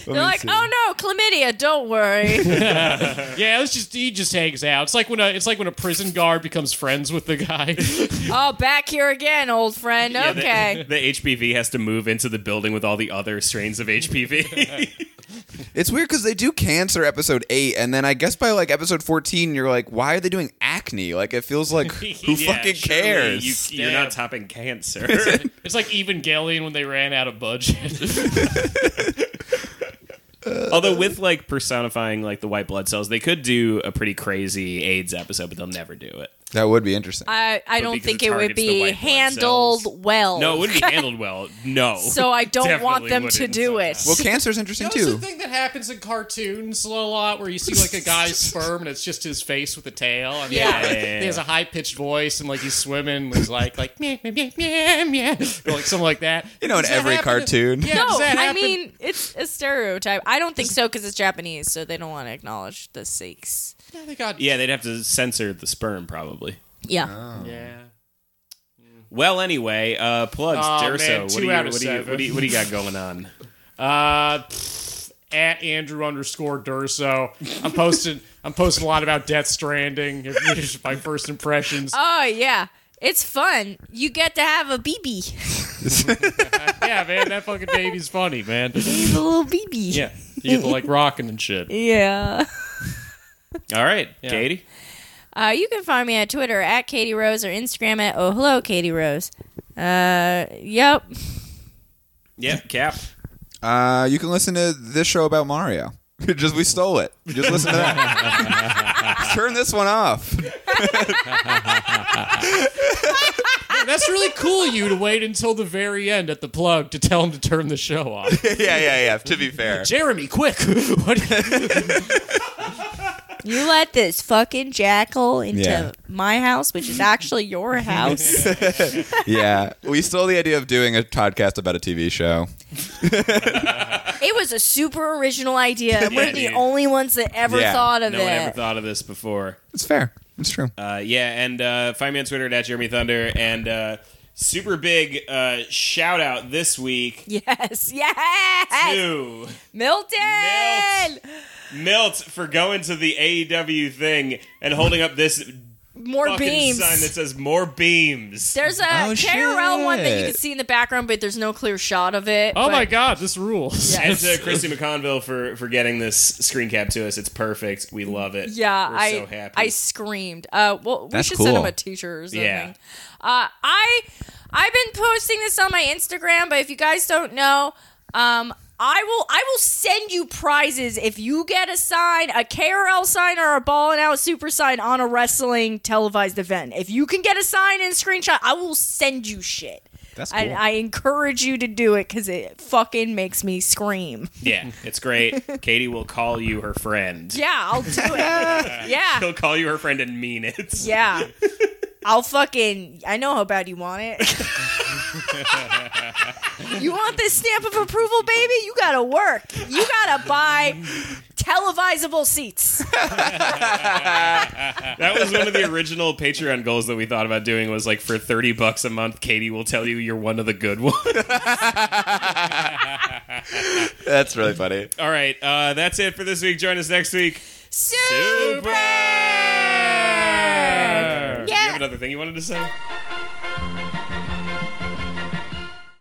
[SPEAKER 1] They're like, oh no, chlamydia. Don't worry.
[SPEAKER 3] yeah, it's just he just hangs out. It's like when a it's like when a prison guard becomes friends with the guy.
[SPEAKER 1] oh, back here again, old friend. Okay.
[SPEAKER 2] The HPV has to move into the building with all the other strains of HPV.
[SPEAKER 4] It's weird because they do cancer episode eight, and then I guess by like episode fourteen, you're like, why are they doing acne? Like it feels like who
[SPEAKER 2] Yeah,
[SPEAKER 4] fucking
[SPEAKER 2] surely
[SPEAKER 4] cares?
[SPEAKER 2] You, are not topping cancer.
[SPEAKER 3] it's like Evangelion when they ran out of budget.
[SPEAKER 2] Although with
[SPEAKER 3] Uh,
[SPEAKER 2] like personifying like the white blood cells, they could do a pretty crazy AIDS episode, but they'll never do it.
[SPEAKER 4] that would be interesting.
[SPEAKER 1] I I
[SPEAKER 2] But
[SPEAKER 1] don't
[SPEAKER 2] because
[SPEAKER 1] think
[SPEAKER 2] it
[SPEAKER 1] it would
[SPEAKER 2] targets the
[SPEAKER 1] be
[SPEAKER 2] white blood
[SPEAKER 1] handled
[SPEAKER 2] cells.
[SPEAKER 3] Oh.
[SPEAKER 1] well.
[SPEAKER 2] No, it wouldn't be handled well. No.
[SPEAKER 1] So I don't want
[SPEAKER 2] Definitely
[SPEAKER 1] them to
[SPEAKER 2] wouldn't.
[SPEAKER 1] do it.
[SPEAKER 4] well, cancer's interesting
[SPEAKER 3] That's the
[SPEAKER 4] too.
[SPEAKER 3] thing that happens in cartoons a lot, where you see like a guy's sperm and it's just his face with a tail. And
[SPEAKER 1] Yeah.
[SPEAKER 3] He has a high pitched voice and like he's swimming. And he's like like meh, meh, meh, meh, meh, or like something like that.
[SPEAKER 4] You know, in
[SPEAKER 3] Does that
[SPEAKER 4] every
[SPEAKER 3] happen?
[SPEAKER 4] cartoon.
[SPEAKER 3] Yeah,
[SPEAKER 1] no,
[SPEAKER 3] does that
[SPEAKER 1] I
[SPEAKER 3] happen?
[SPEAKER 1] mean it's a stereotype. I don't think so because it's Japanese, so they don't want to acknowledge the sex.
[SPEAKER 3] yeah, they got
[SPEAKER 2] yeah, they'd have to censor the sperm probably.
[SPEAKER 1] Yeah.
[SPEAKER 3] yeah.
[SPEAKER 2] Well, anyway, uh, plugs,
[SPEAKER 3] Aw,
[SPEAKER 2] Derso.
[SPEAKER 3] man,
[SPEAKER 2] what,
[SPEAKER 3] two
[SPEAKER 2] do you,
[SPEAKER 3] out of
[SPEAKER 2] what, do you, what, do you, what do you got going on?
[SPEAKER 3] Uh, pfft, at Andrew underscore Durso. I'm posting. I'm posting a lot about Death Stranding. my first impressions.
[SPEAKER 1] Oh yeah, it's fun. You get to have a BB,
[SPEAKER 3] yeah, man, that fucking baby's funny, man.
[SPEAKER 1] a little BB.
[SPEAKER 3] Yeah, you get to like rocking and shit.
[SPEAKER 1] Yeah.
[SPEAKER 2] All right, Katie.
[SPEAKER 1] Uh, you can find me at Twitter at Katie Rose or Instagram at Oh Hello Katie Rose. Uh, yep.
[SPEAKER 2] Yeah, Cap.
[SPEAKER 4] Uh, you can listen to this show about Mario. Just we stole it. Just listen to that. Turn this one off.
[SPEAKER 3] That's really cool. You to wait until the very end at the plug to tell him to turn the show off.
[SPEAKER 4] yeah, yeah, yeah. To be fair,
[SPEAKER 3] Jeremy, quick! what
[SPEAKER 1] You let this fucking jackal into
[SPEAKER 4] Yeah.
[SPEAKER 1] my house, which is actually your house.
[SPEAKER 4] yeah, we stole the idea of doing a podcast about a TV show.
[SPEAKER 1] it was a super original idea, and we're
[SPEAKER 2] Yeah,
[SPEAKER 1] the
[SPEAKER 2] dude.
[SPEAKER 1] only ones that ever
[SPEAKER 4] Yeah.
[SPEAKER 1] thought of
[SPEAKER 2] No
[SPEAKER 1] it.
[SPEAKER 2] one ever thought of this before.
[SPEAKER 4] It's fair. It's true.
[SPEAKER 2] Uh, yeah, and uh, find me on Twitter at Jeremy Thunder. And uh, super big uh, shout out this week
[SPEAKER 1] yes, yes,
[SPEAKER 2] to
[SPEAKER 1] Milton.
[SPEAKER 2] Milt. Milt for going to the AEW thing and holding up this
[SPEAKER 1] More
[SPEAKER 2] fucking
[SPEAKER 1] beams.
[SPEAKER 2] sign that says "More beams."
[SPEAKER 1] There's a
[SPEAKER 4] Oh,
[SPEAKER 1] KRL one that you
[SPEAKER 4] shit.
[SPEAKER 1] can see in the background, but there's no clear shot of it.
[SPEAKER 3] Oh
[SPEAKER 1] but-
[SPEAKER 3] my god, this rules.
[SPEAKER 1] Yeah.
[SPEAKER 2] And to Christy McConville for for getting this screen cap to us. It's perfect. We love it.
[SPEAKER 1] Yeah,
[SPEAKER 2] We're
[SPEAKER 1] I
[SPEAKER 2] so happy.
[SPEAKER 1] I screamed. Uh, well, we
[SPEAKER 4] That's
[SPEAKER 1] should send
[SPEAKER 4] cool.
[SPEAKER 1] him a T-shirt or something.
[SPEAKER 2] Yeah.
[SPEAKER 1] Uh, I I've been posting this on my Instagram, but if you guys don't know, um, I will I will send you prizes if you get a sign, a KRL sign, or a ball and out super sign on a wrestling televised event. If you can get a sign and screenshot, I will send you shit.
[SPEAKER 4] That's
[SPEAKER 1] I,
[SPEAKER 4] cool.
[SPEAKER 1] I encourage you to do it because it fucking makes me scream.
[SPEAKER 2] yeah, it's great. Katie will call you her friend.
[SPEAKER 1] Yeah, I'll do it. yeah.
[SPEAKER 2] She'll call you her friend and mean it.
[SPEAKER 1] Yeah. I'll fucking. I know how bad you want it. you want this stamp of approval, baby? You gotta work. You gotta buy televisable seats.
[SPEAKER 2] That was one of the original Patreon goals that we thought about doing was like for 30 bucks a month, Katie will tell you you're one of the good ones.
[SPEAKER 4] That's really funny.
[SPEAKER 2] All right, uh, that's it for this week. Join us next week
[SPEAKER 1] Super!
[SPEAKER 2] Super!
[SPEAKER 1] Yeah.
[SPEAKER 2] You have another thing you wanted to say?